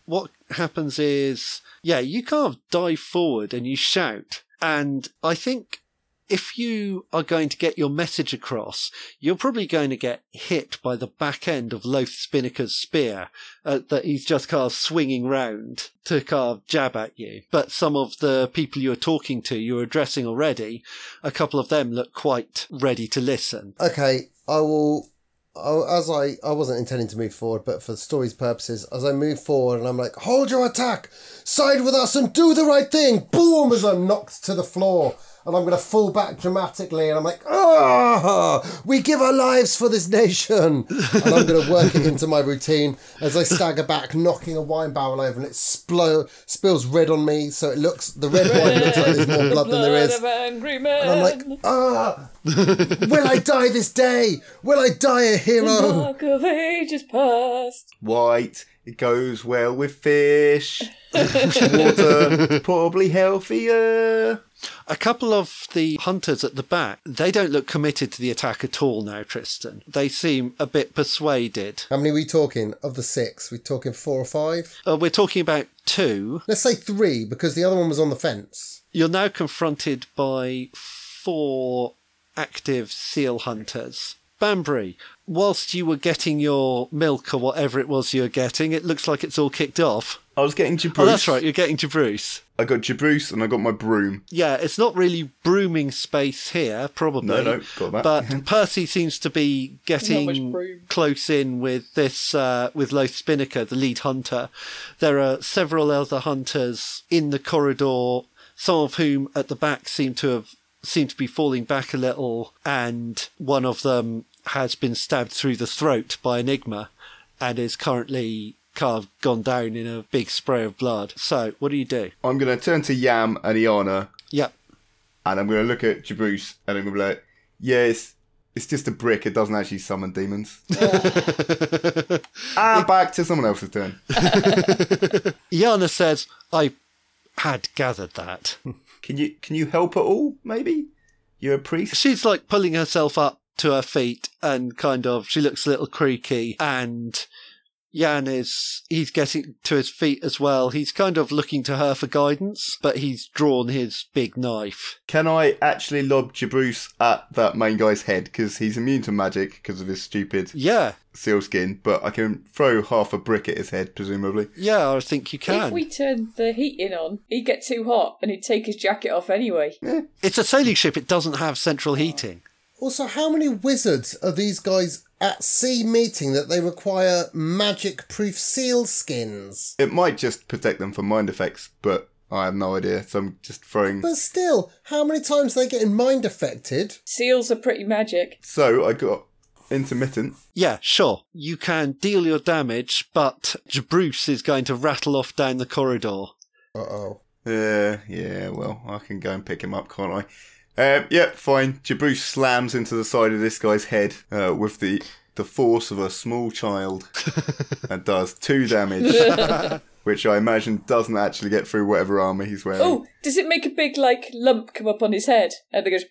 [SPEAKER 1] What happens is, yeah, you kind of dive forward and you shout. And I think if you are going to get your message across, you're probably going to get hit by the back end of Loth Spinnaker's spear uh, that he's just kind of swinging round to kind of jab at you. But some of the people you're talking to, you're addressing already, a couple of them look quite ready to listen.
[SPEAKER 2] Okay, I will. I, as I, I wasn't intending to move forward, but for the story's purposes, as I move forward and I'm like, hold your attack, side with us and do the right thing. Boom! As I'm knocked to the floor, and I'm gonna fall back dramatically, and I'm like, ah! We give our lives for this nation, and I'm gonna work it into my routine as I stagger back, knocking a wine barrel over, and it splo- spills red on me, so it looks the red wine looks like there's more blood than there is.
[SPEAKER 3] Blood of angry men.
[SPEAKER 2] And I'm like, ah, will I die this day? Will I die a hero?
[SPEAKER 3] Mark of ages past.
[SPEAKER 6] White, it goes well with fish. Water, probably healthier.
[SPEAKER 1] A couple of the hunters at the back, they don't look committed to the attack at all now, Tristan. They seem a bit persuaded.
[SPEAKER 2] How many are we talking? Of the six, we talking four or five?
[SPEAKER 1] Uh, we're talking about two.
[SPEAKER 2] Let's say three because the other one was on the fence.
[SPEAKER 1] You're now confronted by four active seal hunters. Banbury, whilst you were getting your milk or whatever it was you're getting, it looks like it's all kicked off.
[SPEAKER 6] I was getting Jabruce.
[SPEAKER 1] Oh, that's right, you're getting to Bruce.
[SPEAKER 6] I got Jabruce and I got my broom.
[SPEAKER 1] Yeah, it's not really brooming space here, probably.
[SPEAKER 6] No, no, got that.
[SPEAKER 1] But Percy seems to be
[SPEAKER 3] Not
[SPEAKER 1] getting
[SPEAKER 3] much broom.
[SPEAKER 1] close in with this uh, with Loth Spinnaker, the lead hunter. There are several other hunters in the corridor, some of whom at the back seem to have seem to be falling back a little, and one of them has been stabbed through the throat by Enigma, and is currently kind of gone down in a big spray of blood. So, what do you do?
[SPEAKER 6] I'm going to turn to Yam and Iana
[SPEAKER 1] Yep.
[SPEAKER 6] and I'm going to look at Jabruce and I'm going to be like, yeah, it's, it's just a brick. It doesn't actually summon demons. and back to someone else's turn.
[SPEAKER 1] Yana says, I had gathered that.
[SPEAKER 6] Can you can you help at all, maybe? You're a priest?
[SPEAKER 1] She's like pulling herself up to her feet and kind of, she looks a little creaky and Yan is, he's getting to his feet as well. He's kind of looking to her for guidance, but he's drawn his big knife.
[SPEAKER 6] Can I actually lob Jabruce at that main guy's head? Because he's immune to magic because of his stupid
[SPEAKER 1] Yeah,
[SPEAKER 6] seal skin, but I can throw half a brick at his head, presumably.
[SPEAKER 1] yeah, I think you can.
[SPEAKER 3] If we turned the heating on, he'd get too hot and he'd take his jacket off anyway.
[SPEAKER 1] It's a sailing ship, it doesn't have central heating.
[SPEAKER 2] Also, how many wizards are these guys at sea meeting that they require magic proof seal skins?
[SPEAKER 6] It might just protect them from mind effects, but I have no idea, so I'm just throwing.
[SPEAKER 2] But still, how many times are they getting mind affected?
[SPEAKER 3] Seals are pretty magic.
[SPEAKER 6] So I got intermittent.
[SPEAKER 1] Yeah, sure. You can deal your damage, but Jabruce is going to rattle off down the corridor.
[SPEAKER 2] Uh oh.
[SPEAKER 6] Uh, yeah, well, I can go and pick him up, can't I? Um, yep, fine. Jabruce slams into the side of this guy's head uh, with the the force of a small child and does two damage, which I imagine doesn't actually get through whatever armor he's wearing.
[SPEAKER 3] Oh, does it make a big like lump come up on his head? And it goes,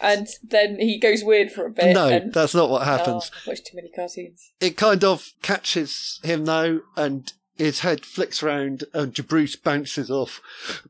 [SPEAKER 3] and then he goes weird for a bit.
[SPEAKER 1] No,
[SPEAKER 3] and,
[SPEAKER 1] that's not what
[SPEAKER 3] Oh,
[SPEAKER 1] happens.
[SPEAKER 3] I've watched too many cartoons.
[SPEAKER 1] It kind of catches him now, and his head flicks round, and Jabruce bounces off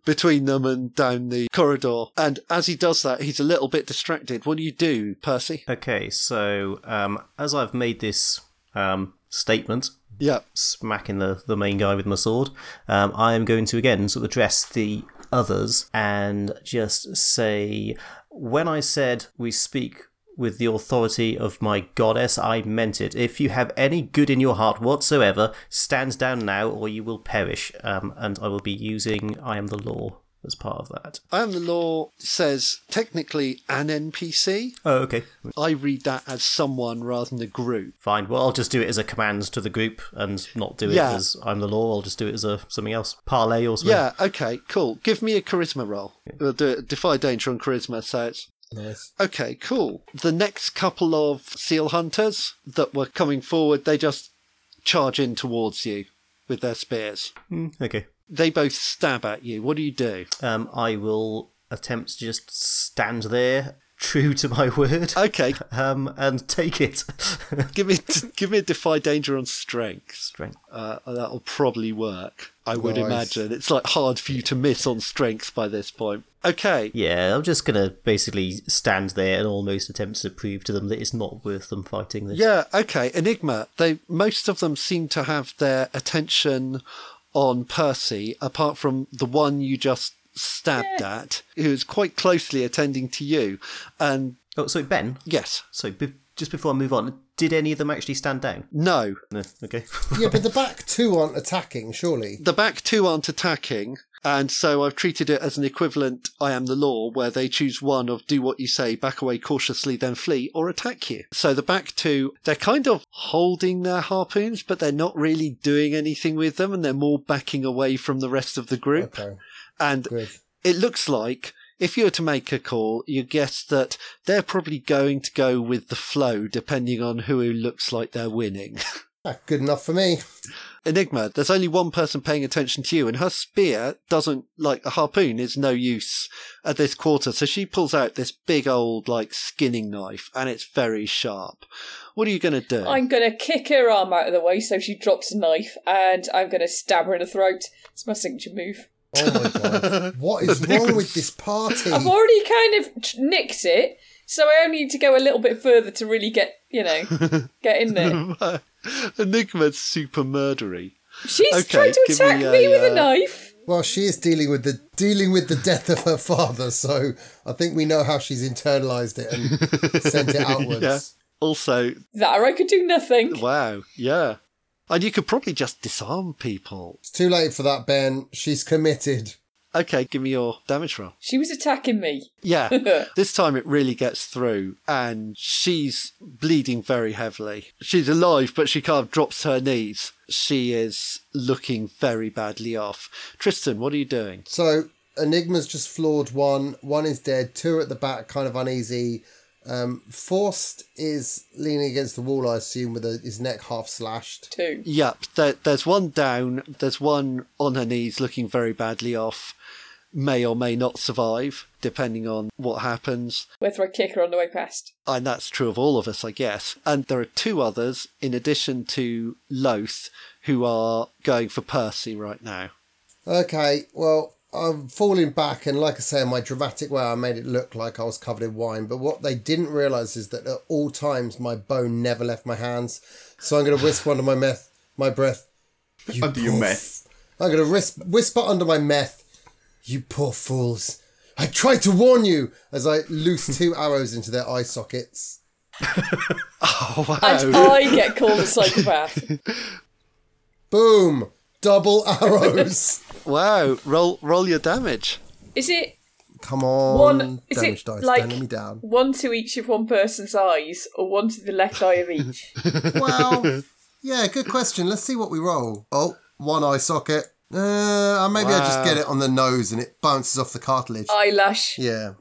[SPEAKER 1] between them and down the corridor. And as he does that, he's a little bit distracted. What do you do, Percy?
[SPEAKER 5] Okay, so um, as I've made this um, statement,
[SPEAKER 1] Yeah,
[SPEAKER 5] smacking the, the main guy with my sword, um, I am going to again sort of address the others and just say, when I said we speak with the authority of my goddess, I meant it. If you have any good in your heart whatsoever, stand down now or you will perish. Um, and I will be using I am the law as part of that.
[SPEAKER 1] I am the law says technically an NPC.
[SPEAKER 5] Oh, okay.
[SPEAKER 1] I read that as someone rather than a group.
[SPEAKER 5] Fine. Well, I'll just do it as a command to the group and not do it
[SPEAKER 1] Yeah.
[SPEAKER 5] as I'm the law. I'll just do it as a something else. Parlay or something.
[SPEAKER 1] Yeah, okay, cool. Give me a charisma roll. We'll do it. Defy danger on charisma, so it's
[SPEAKER 2] Nice.
[SPEAKER 1] Okay, cool. The next couple of seal hunters that were coming forward, they just charge in towards you with their spears.
[SPEAKER 5] Mm, okay.
[SPEAKER 1] They both stab at you. What do you do?
[SPEAKER 5] Um, I will attempt to just stand there, true to my word,
[SPEAKER 1] Okay,
[SPEAKER 5] um, and take it.
[SPEAKER 1] give me give me a defy danger on strength.
[SPEAKER 5] Strength.
[SPEAKER 1] Uh, that'll probably work. I would
[SPEAKER 2] Nice.
[SPEAKER 1] imagine it's like hard for you to miss on strength by this point. Okay,
[SPEAKER 5] Yeah, I'm just gonna basically stand there and almost attempt to prove to them that it's not worth them fighting this.
[SPEAKER 1] Yeah, okay. Enigma. They most of them seem to have their attention on Percy, apart from the one you just stabbed at, who is quite closely attending to you. And
[SPEAKER 5] Oh, so Ben.
[SPEAKER 1] yes,
[SPEAKER 5] So be- just before I move on, did any of them actually stand down?
[SPEAKER 1] no.
[SPEAKER 5] No. Okay.
[SPEAKER 2] Yeah, but the back two aren't attacking, surely.
[SPEAKER 1] The back two aren't attacking, and so I've treated it as an equivalent I am the law, where they choose one of do what you say, back away cautiously, then flee, or attack you. So the back two, they're kind of holding their harpoons, but they're not really doing anything with them, and they're more backing away from the rest of the group.
[SPEAKER 2] Okay,
[SPEAKER 1] And
[SPEAKER 2] good.
[SPEAKER 1] it looks like if you were to make a call, you guess that they're probably going to go with the flow, depending on who it looks like they're winning.
[SPEAKER 2] Ah, good enough for me.
[SPEAKER 1] Enigma, there's only one person paying attention to you, and her spear doesn't, like, a harpoon is no use at this quarter. So she pulls out this big old, like, skinning knife, and it's very sharp. What are you going to do?
[SPEAKER 3] I'm going to kick her arm out of the way so she drops a knife and I'm going to stab her in the throat. It's my signature move.
[SPEAKER 2] Oh my god! What is wrong with this party?
[SPEAKER 1] Mm.
[SPEAKER 3] I've already kind of t- nicked it, so I only need to go a little bit further to really get, you know, get in there.
[SPEAKER 1] Enigma's super murdery.
[SPEAKER 3] She's
[SPEAKER 1] Okay,
[SPEAKER 3] trying to
[SPEAKER 1] give
[SPEAKER 3] attack
[SPEAKER 1] me
[SPEAKER 3] me,
[SPEAKER 1] a,
[SPEAKER 3] with
[SPEAKER 1] uh,
[SPEAKER 3] a knife.
[SPEAKER 2] Well, she is dealing with the dealing with the death of her father, so I think we know how she's internalized it and sent it outwards.
[SPEAKER 1] Yeah. Also,
[SPEAKER 3] That or I could do nothing.
[SPEAKER 1] wow, yeah. And you could probably just disarm people.
[SPEAKER 2] It's too late for that, Ben. She's committed.
[SPEAKER 1] Okay, give me your damage roll.
[SPEAKER 3] She was attacking me.
[SPEAKER 1] Yeah. this time it really gets through and she's bleeding very heavily. She's alive, but she kind of drops her knees. She is looking very badly off. Tristan, what are you doing?
[SPEAKER 2] So Enigma's just floored one. One is dead. Two at the back, kind of uneasy. Um, Forced is leaning against the wall, I assume, with a, his neck half slashed.
[SPEAKER 3] Too.
[SPEAKER 1] Yep, there, there's one down, there's one on her knees looking very badly off. May or may not survive, depending on what happens.
[SPEAKER 3] Whether I kick her on the way past.
[SPEAKER 1] and that's true of all of us, I guess. And there are two others, in addition to Loth, who are going for Percy right now.
[SPEAKER 2] Okay, well, I'm falling back, and like I say, in my dramatic way, I made it look like I was covered in wine. But what they didn't realise is that at all times, my bone never left my hands. So I'm going to whisper under my meth, my breath. You
[SPEAKER 6] Under your
[SPEAKER 2] poor
[SPEAKER 6] meth.
[SPEAKER 2] f-" I'm going to whisper, whisper under my meth. You poor fools! I tried to warn you. As I loose two arrows into their eye sockets.
[SPEAKER 1] Oh, wow.
[SPEAKER 3] And I get called a psychopath.
[SPEAKER 2] Boom! Double arrows.
[SPEAKER 1] wow, roll, roll your damage.
[SPEAKER 3] Is it
[SPEAKER 2] Come on,
[SPEAKER 3] one? Is
[SPEAKER 2] damage
[SPEAKER 3] it
[SPEAKER 2] dice,
[SPEAKER 3] like
[SPEAKER 2] don't let me down.
[SPEAKER 3] one to each of one person's eyes, or one to the left eye of each?
[SPEAKER 2] well, yeah, good question. Let's see what we roll. Oh, one eye socket. Uh, maybe I just
[SPEAKER 1] Wow.
[SPEAKER 2] get it on the nose and it bounces off the cartilage.
[SPEAKER 3] Eyelash.
[SPEAKER 2] yeah,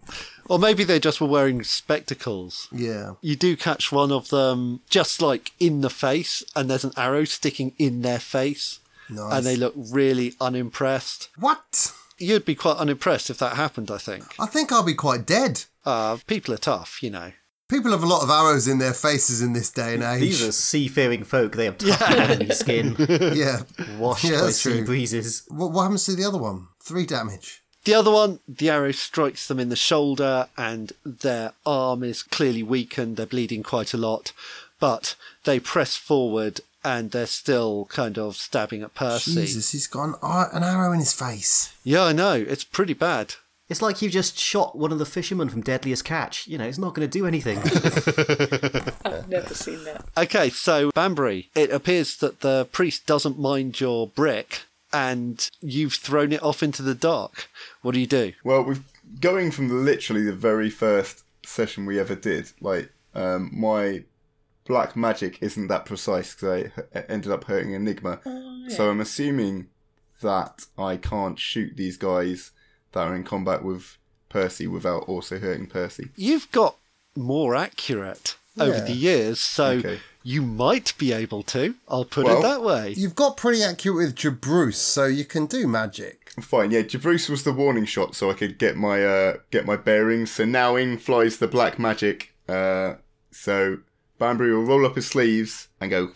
[SPEAKER 1] Or maybe they just were wearing spectacles.
[SPEAKER 2] yeah.
[SPEAKER 1] You do catch one of them just like in the face, and there's an arrow sticking in their face,
[SPEAKER 2] Nice.
[SPEAKER 1] and they look really unimpressed.
[SPEAKER 2] what?
[SPEAKER 1] You'd be quite unimpressed if that happened, I think.
[SPEAKER 2] I think I'll be quite dead.
[SPEAKER 1] Uh, people are tough, you know.
[SPEAKER 2] People have a lot of arrows in their faces in this day and age.
[SPEAKER 5] These are seafaring folk. They have tough iron skin,
[SPEAKER 2] yeah.
[SPEAKER 5] washed
[SPEAKER 2] Yeah,
[SPEAKER 5] by
[SPEAKER 2] that's
[SPEAKER 5] sea
[SPEAKER 2] true.
[SPEAKER 5] breezes.
[SPEAKER 2] What, what happens to the other one? Three damage.
[SPEAKER 1] The other one, the arrow strikes them in the shoulder, and their arm is clearly weakened. They're bleeding quite a lot, but they press forward and they're still kind of stabbing at Percy.
[SPEAKER 2] Jesus, he's got an, ar- an arrow in his face.
[SPEAKER 1] Yeah, I know. It's pretty bad.
[SPEAKER 5] It's like you just shot one of the fishermen from Deadliest Catch. You know, it's not going to do anything.
[SPEAKER 3] I've never seen that.
[SPEAKER 1] Okay, so Banbury, it appears that the priest doesn't mind your brick, and you've thrown it off into the dark. What do you do?
[SPEAKER 6] Well, we've going from literally the very first session we ever did. Like, um, my black magic isn't that precise because I h- e, ended up hurting Enigma. So I'm assuming that I can't shoot these guys that are in combat with Percy without also hurting Percy.
[SPEAKER 1] You've got more accurate over the years, so
[SPEAKER 6] Okay.
[SPEAKER 1] you might be able to. I'll put
[SPEAKER 6] Well,
[SPEAKER 1] it that way.
[SPEAKER 2] You've got pretty accurate with Jabruce, so you can do magic.
[SPEAKER 6] Fine, yeah. Jabruce was the warning shot, so I could get my uh, get my bearings. So now in flies the black magic. Uh, so Banbury will roll up his sleeves and go,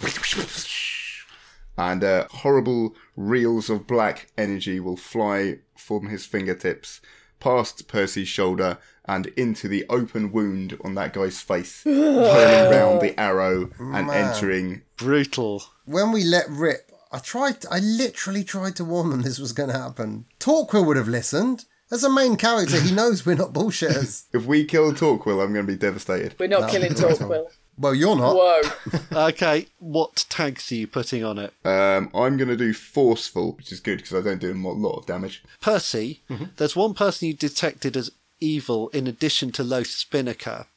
[SPEAKER 6] and uh, horrible reels of black energy will fly from his fingertips past Percy's shoulder and into the open wound on that guy's face, turning round the arrow and entering.
[SPEAKER 1] Brutal.
[SPEAKER 2] when we let rip, I tried. I literally tried to warn them this was going to happen. Torquil would have listened. As a main character, he knows we're not bullshitters.
[SPEAKER 6] If we kill Torquil, I'm going to be devastated.
[SPEAKER 3] We're not killing Torquil.
[SPEAKER 2] well, you're not.
[SPEAKER 3] Whoa.
[SPEAKER 1] Okay, what tags are you putting on it?
[SPEAKER 6] Um, I'm going to do forceful, which is good because I don't do a mo- lot of damage.
[SPEAKER 1] Percy,
[SPEAKER 6] Mm-hmm.
[SPEAKER 1] there's one person you detected as evil in addition to Loth Spinnaker.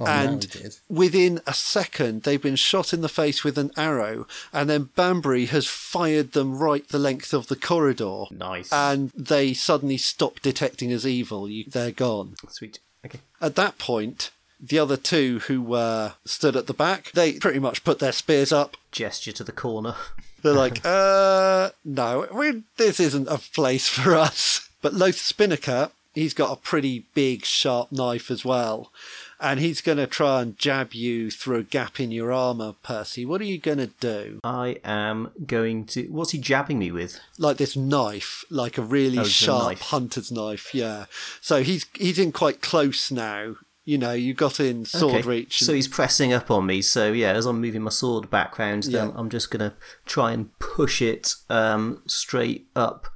[SPEAKER 2] Oh, no,
[SPEAKER 1] and
[SPEAKER 2] we did.
[SPEAKER 1] within a second, they've been shot in the face with an arrow, and then Banbury has fired them right the length of the corridor.
[SPEAKER 5] Nice.
[SPEAKER 1] And they suddenly stop detecting as evil. You, they're gone.
[SPEAKER 5] Sweet. Okay.
[SPEAKER 1] At that point, the other two who were stood at the back, they pretty much put their spears up
[SPEAKER 5] Gesture to the corner.
[SPEAKER 1] They're like, uh, no, we, this isn't a place for us. But Loth Spinnaker he's got a pretty big sharp knife as well, and he's going to try and jab you through a gap in your armor, Percy. What are you going to do?
[SPEAKER 5] I am going to. What's he jabbing me with?
[SPEAKER 1] Like this knife, like a really
[SPEAKER 5] Oh, it's a
[SPEAKER 1] sharp
[SPEAKER 5] knife.
[SPEAKER 1] hunter's knife. Yeah. So he's he's in quite close now. You know, you got in sword
[SPEAKER 5] Okay.
[SPEAKER 1] reach. and-
[SPEAKER 5] So he's pressing up on me. So yeah, as I'm moving my sword background, then
[SPEAKER 1] Yeah.
[SPEAKER 5] I'm just gonna try and push it um, straight up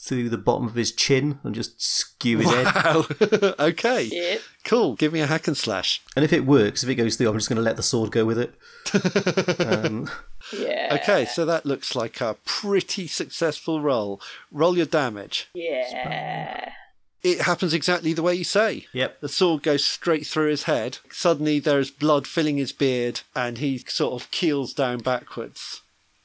[SPEAKER 5] through the bottom of his chin and just skew his head.
[SPEAKER 1] Wow. okay.
[SPEAKER 3] Yep.
[SPEAKER 1] Cool. Give me a hack and slash.
[SPEAKER 5] And if it works, if it goes through, I'm just gonna let the sword go with it.
[SPEAKER 3] Yeah.
[SPEAKER 1] Okay, so that looks like a pretty successful roll. Roll your damage.
[SPEAKER 3] Yeah.
[SPEAKER 1] It happens exactly the way you say.
[SPEAKER 5] Yep.
[SPEAKER 1] The sword goes straight through his head. Suddenly, there is blood filling his beard, and he sort of keels down backwards.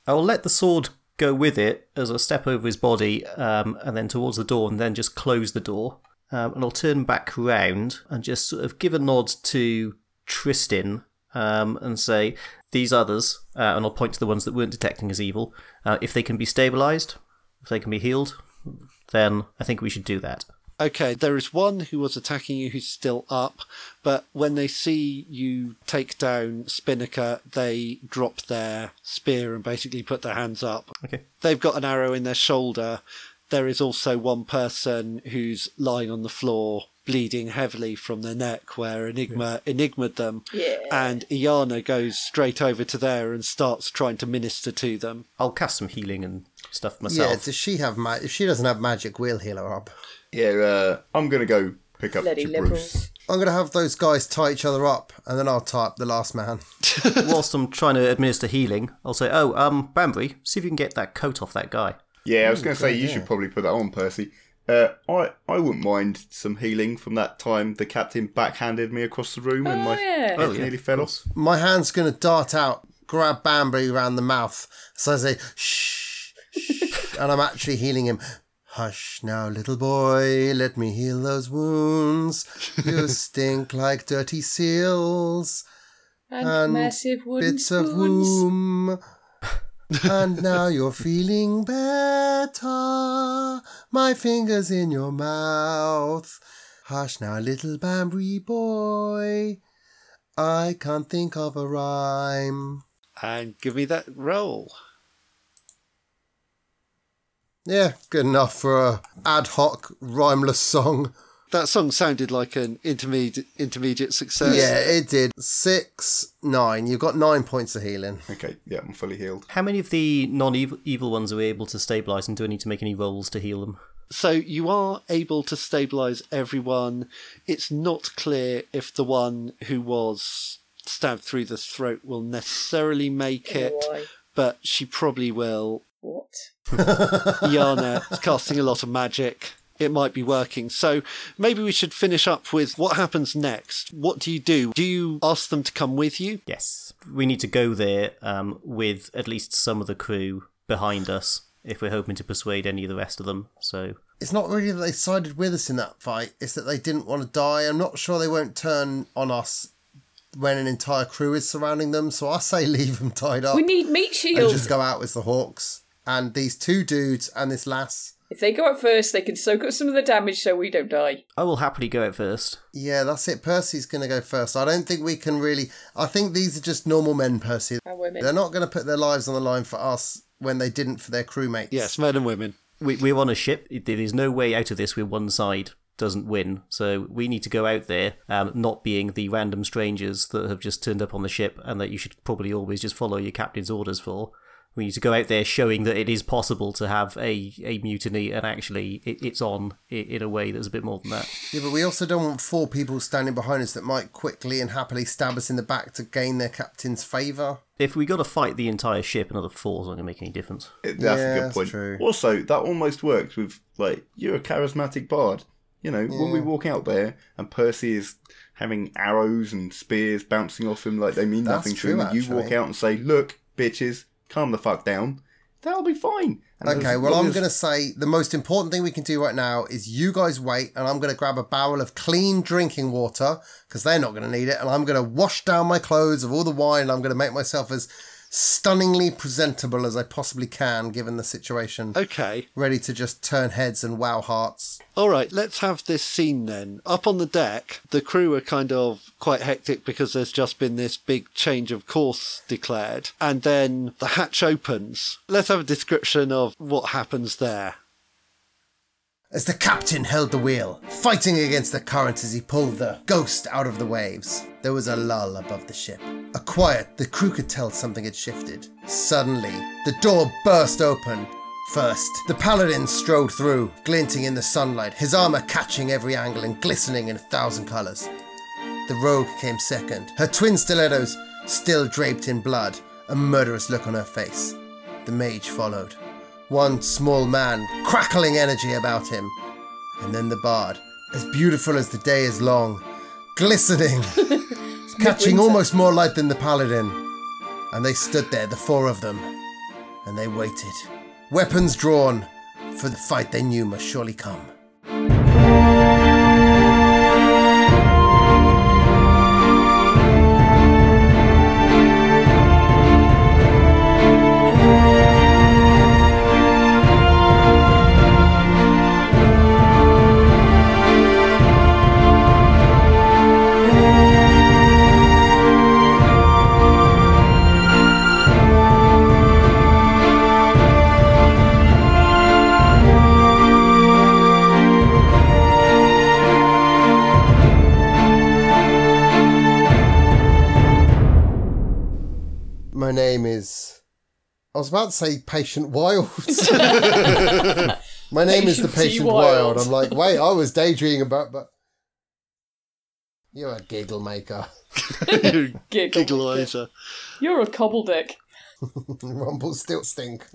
[SPEAKER 5] I'll let the sword go with it as I step over his body um, and then towards the door and then just close the door. Um, and I'll turn back round and just sort of give a nod to Tristan um, and say, These others, uh, and I'll point to the ones that weren't detecting as evil, uh, if they can be stabilised, if they can be healed, then I think we should do that.
[SPEAKER 1] Okay, there is one who was attacking you who's still up, but when they see you take down Spinnaker, they drop their spear and basically put their hands up.
[SPEAKER 5] Okay.
[SPEAKER 1] They've got an arrow in their shoulder. There is also one person who's lying on the floor, bleeding heavily from their neck, where Enigma enigmaed them.
[SPEAKER 3] Yeah.
[SPEAKER 1] And Iana goes straight over to there and starts trying to minister to them.
[SPEAKER 5] I'll cast some healing and stuff myself.
[SPEAKER 2] Yeah, does she have magic? If she doesn't have magic, we'll heal her up.
[SPEAKER 6] Yeah, uh, I'm gonna go pick up
[SPEAKER 3] Bloody
[SPEAKER 6] to Bruce.
[SPEAKER 3] liberals.
[SPEAKER 2] I'm gonna have those guys tie each other up, and then I'll tie up the last man.
[SPEAKER 5] Whilst I'm trying to administer healing, I'll say, Oh, um, Banbury, see if you can get that coat off that guy.
[SPEAKER 6] Yeah, I was gonna say you should probably put that on, Percy. Uh, I I wouldn't mind some healing from that time the captain backhanded me across the room and my
[SPEAKER 3] Oh, yeah.
[SPEAKER 6] head nearly fell off.
[SPEAKER 2] My hand's gonna dart out, grab Bambury round the mouth, so I say shh, shh, and I'm actually healing him. Hush now, little boy, let me heal those wounds. You stink like dirty seals,
[SPEAKER 3] And,
[SPEAKER 2] And
[SPEAKER 3] massive wooden
[SPEAKER 2] bits of
[SPEAKER 3] spoons.
[SPEAKER 2] womb. and now you're feeling better. My fingers in your mouth. Hush now, little Bambury boy. I can't think of a rhyme.
[SPEAKER 1] And give me that roll.
[SPEAKER 2] Yeah, good enough for a ad hoc rhymeless song.
[SPEAKER 1] That song sounded like an intermediate intermediate success.
[SPEAKER 2] Yeah, it did. Six, nine. You've got nine points of healing.
[SPEAKER 6] Okay, yeah, I'm fully healed.
[SPEAKER 5] How many of the non-evil evil ones are we able to stabilize, and do I need to make any rolls to heal them?
[SPEAKER 1] So you are able to stabilize everyone. It's not clear if the one who was stabbed through the throat will necessarily make it,
[SPEAKER 3] Why?
[SPEAKER 1] but she probably will.
[SPEAKER 3] What?
[SPEAKER 1] Yana is casting a lot of magic. It might be working. So maybe we should finish up with what happens next. What do you do? Do you ask them to come with you?
[SPEAKER 5] Yes, we need to go there um, with at least some of the crew behind us if we're hoping to persuade any of the rest of them. So
[SPEAKER 2] It's not really that they sided with us in that fight, it's that they didn't want to die. I'm not sure they won't turn on us when an entire crew is surrounding them, so I say leave them tied up
[SPEAKER 3] We need meat
[SPEAKER 2] and
[SPEAKER 3] shield.
[SPEAKER 2] just go out with the hawks. And these two dudes and this lass.
[SPEAKER 3] If they go out first, they can soak up some of the damage so we don't die.
[SPEAKER 5] I will happily go out first.
[SPEAKER 2] Yeah, that's it. Percy's going to go first. I don't think we can really. I think these are just normal men, Percy.
[SPEAKER 3] And women.
[SPEAKER 2] They're not going to put their lives on the line for us when they didn't for their crewmates.
[SPEAKER 1] Yes, men and women.
[SPEAKER 5] We, we're on a ship. There is no way out of this where one side doesn't win. So we need to go out there, um, not being the random strangers that have just turned up on the ship and that you should probably always just follow your captain's orders for. We need to go out there showing that it is possible to have a, a mutiny and actually it, it's on i in a way that's a bit more than that.
[SPEAKER 2] Yeah, but we also don't want four people standing behind us that might quickly and happily stab us in the back to gain their captain's favour.
[SPEAKER 5] If we got to fight the entire ship, another four's not going to make any difference.
[SPEAKER 6] That's
[SPEAKER 2] Yeah,
[SPEAKER 6] a good
[SPEAKER 2] that's
[SPEAKER 6] point.
[SPEAKER 2] true.
[SPEAKER 6] Also, that almost works with like you're a charismatic bard. You know, when we walk out there and Percy is having arrows and spears bouncing off him like they mean
[SPEAKER 2] That's
[SPEAKER 6] nothing
[SPEAKER 2] true,
[SPEAKER 6] to him, and you walk
[SPEAKER 2] actually.
[SPEAKER 6] out and say, "Look, bitches, calm the fuck down." That'll be fine. And
[SPEAKER 2] Okay,
[SPEAKER 6] as
[SPEAKER 2] well,
[SPEAKER 6] long
[SPEAKER 2] I'm
[SPEAKER 6] as-
[SPEAKER 2] going to say the most important thing we can do right now is you guys wait, and I'm going to grab a barrel of clean drinking water because they're not going to need it, and I'm going to wash down my clothes of all the wine, and I'm going to make myself as stunningly presentable as I possibly can, given the
[SPEAKER 6] Oh.
[SPEAKER 2] situation.
[SPEAKER 1] Okay.
[SPEAKER 2] Ready to just turn heads and wow hearts.
[SPEAKER 1] All right, let's have this scene then. Up on the deck, the crew are kind of quite hectic because there's just been this big change of course declared. And then the hatch opens. Let's have a description of what happens there.
[SPEAKER 2] As the captain held the wheel, fighting against the current as he pulled the ghost out of the waves, there was a lull above the ship. A quiet, the crew could tell something had shifted. Suddenly, the door burst open. First, the paladin strode through, glinting in the sunlight, his armor catching every angle and glistening in a thousand colors. The rogue came second, her twin stilettos still draped in blood, a murderous look on her face. The mage followed one small man, crackling energy about him. And then the bard, as beautiful as the day is long, glistening, catching almost more light than the paladin. And they stood there, the four of them, and they waited, weapons drawn, for the fight they knew must surely come. My name is. I was about to say Patient Wild. My name is the
[SPEAKER 3] Patient T.
[SPEAKER 2] Patient
[SPEAKER 3] Wild.
[SPEAKER 2] Wild. I'm like, wait, I was daydreaming about, but you're a giggle maker,
[SPEAKER 1] You
[SPEAKER 3] Giggle.
[SPEAKER 1] Giggleizer.
[SPEAKER 3] You're a cobble dick.
[SPEAKER 2] Rumble Stilt Stink.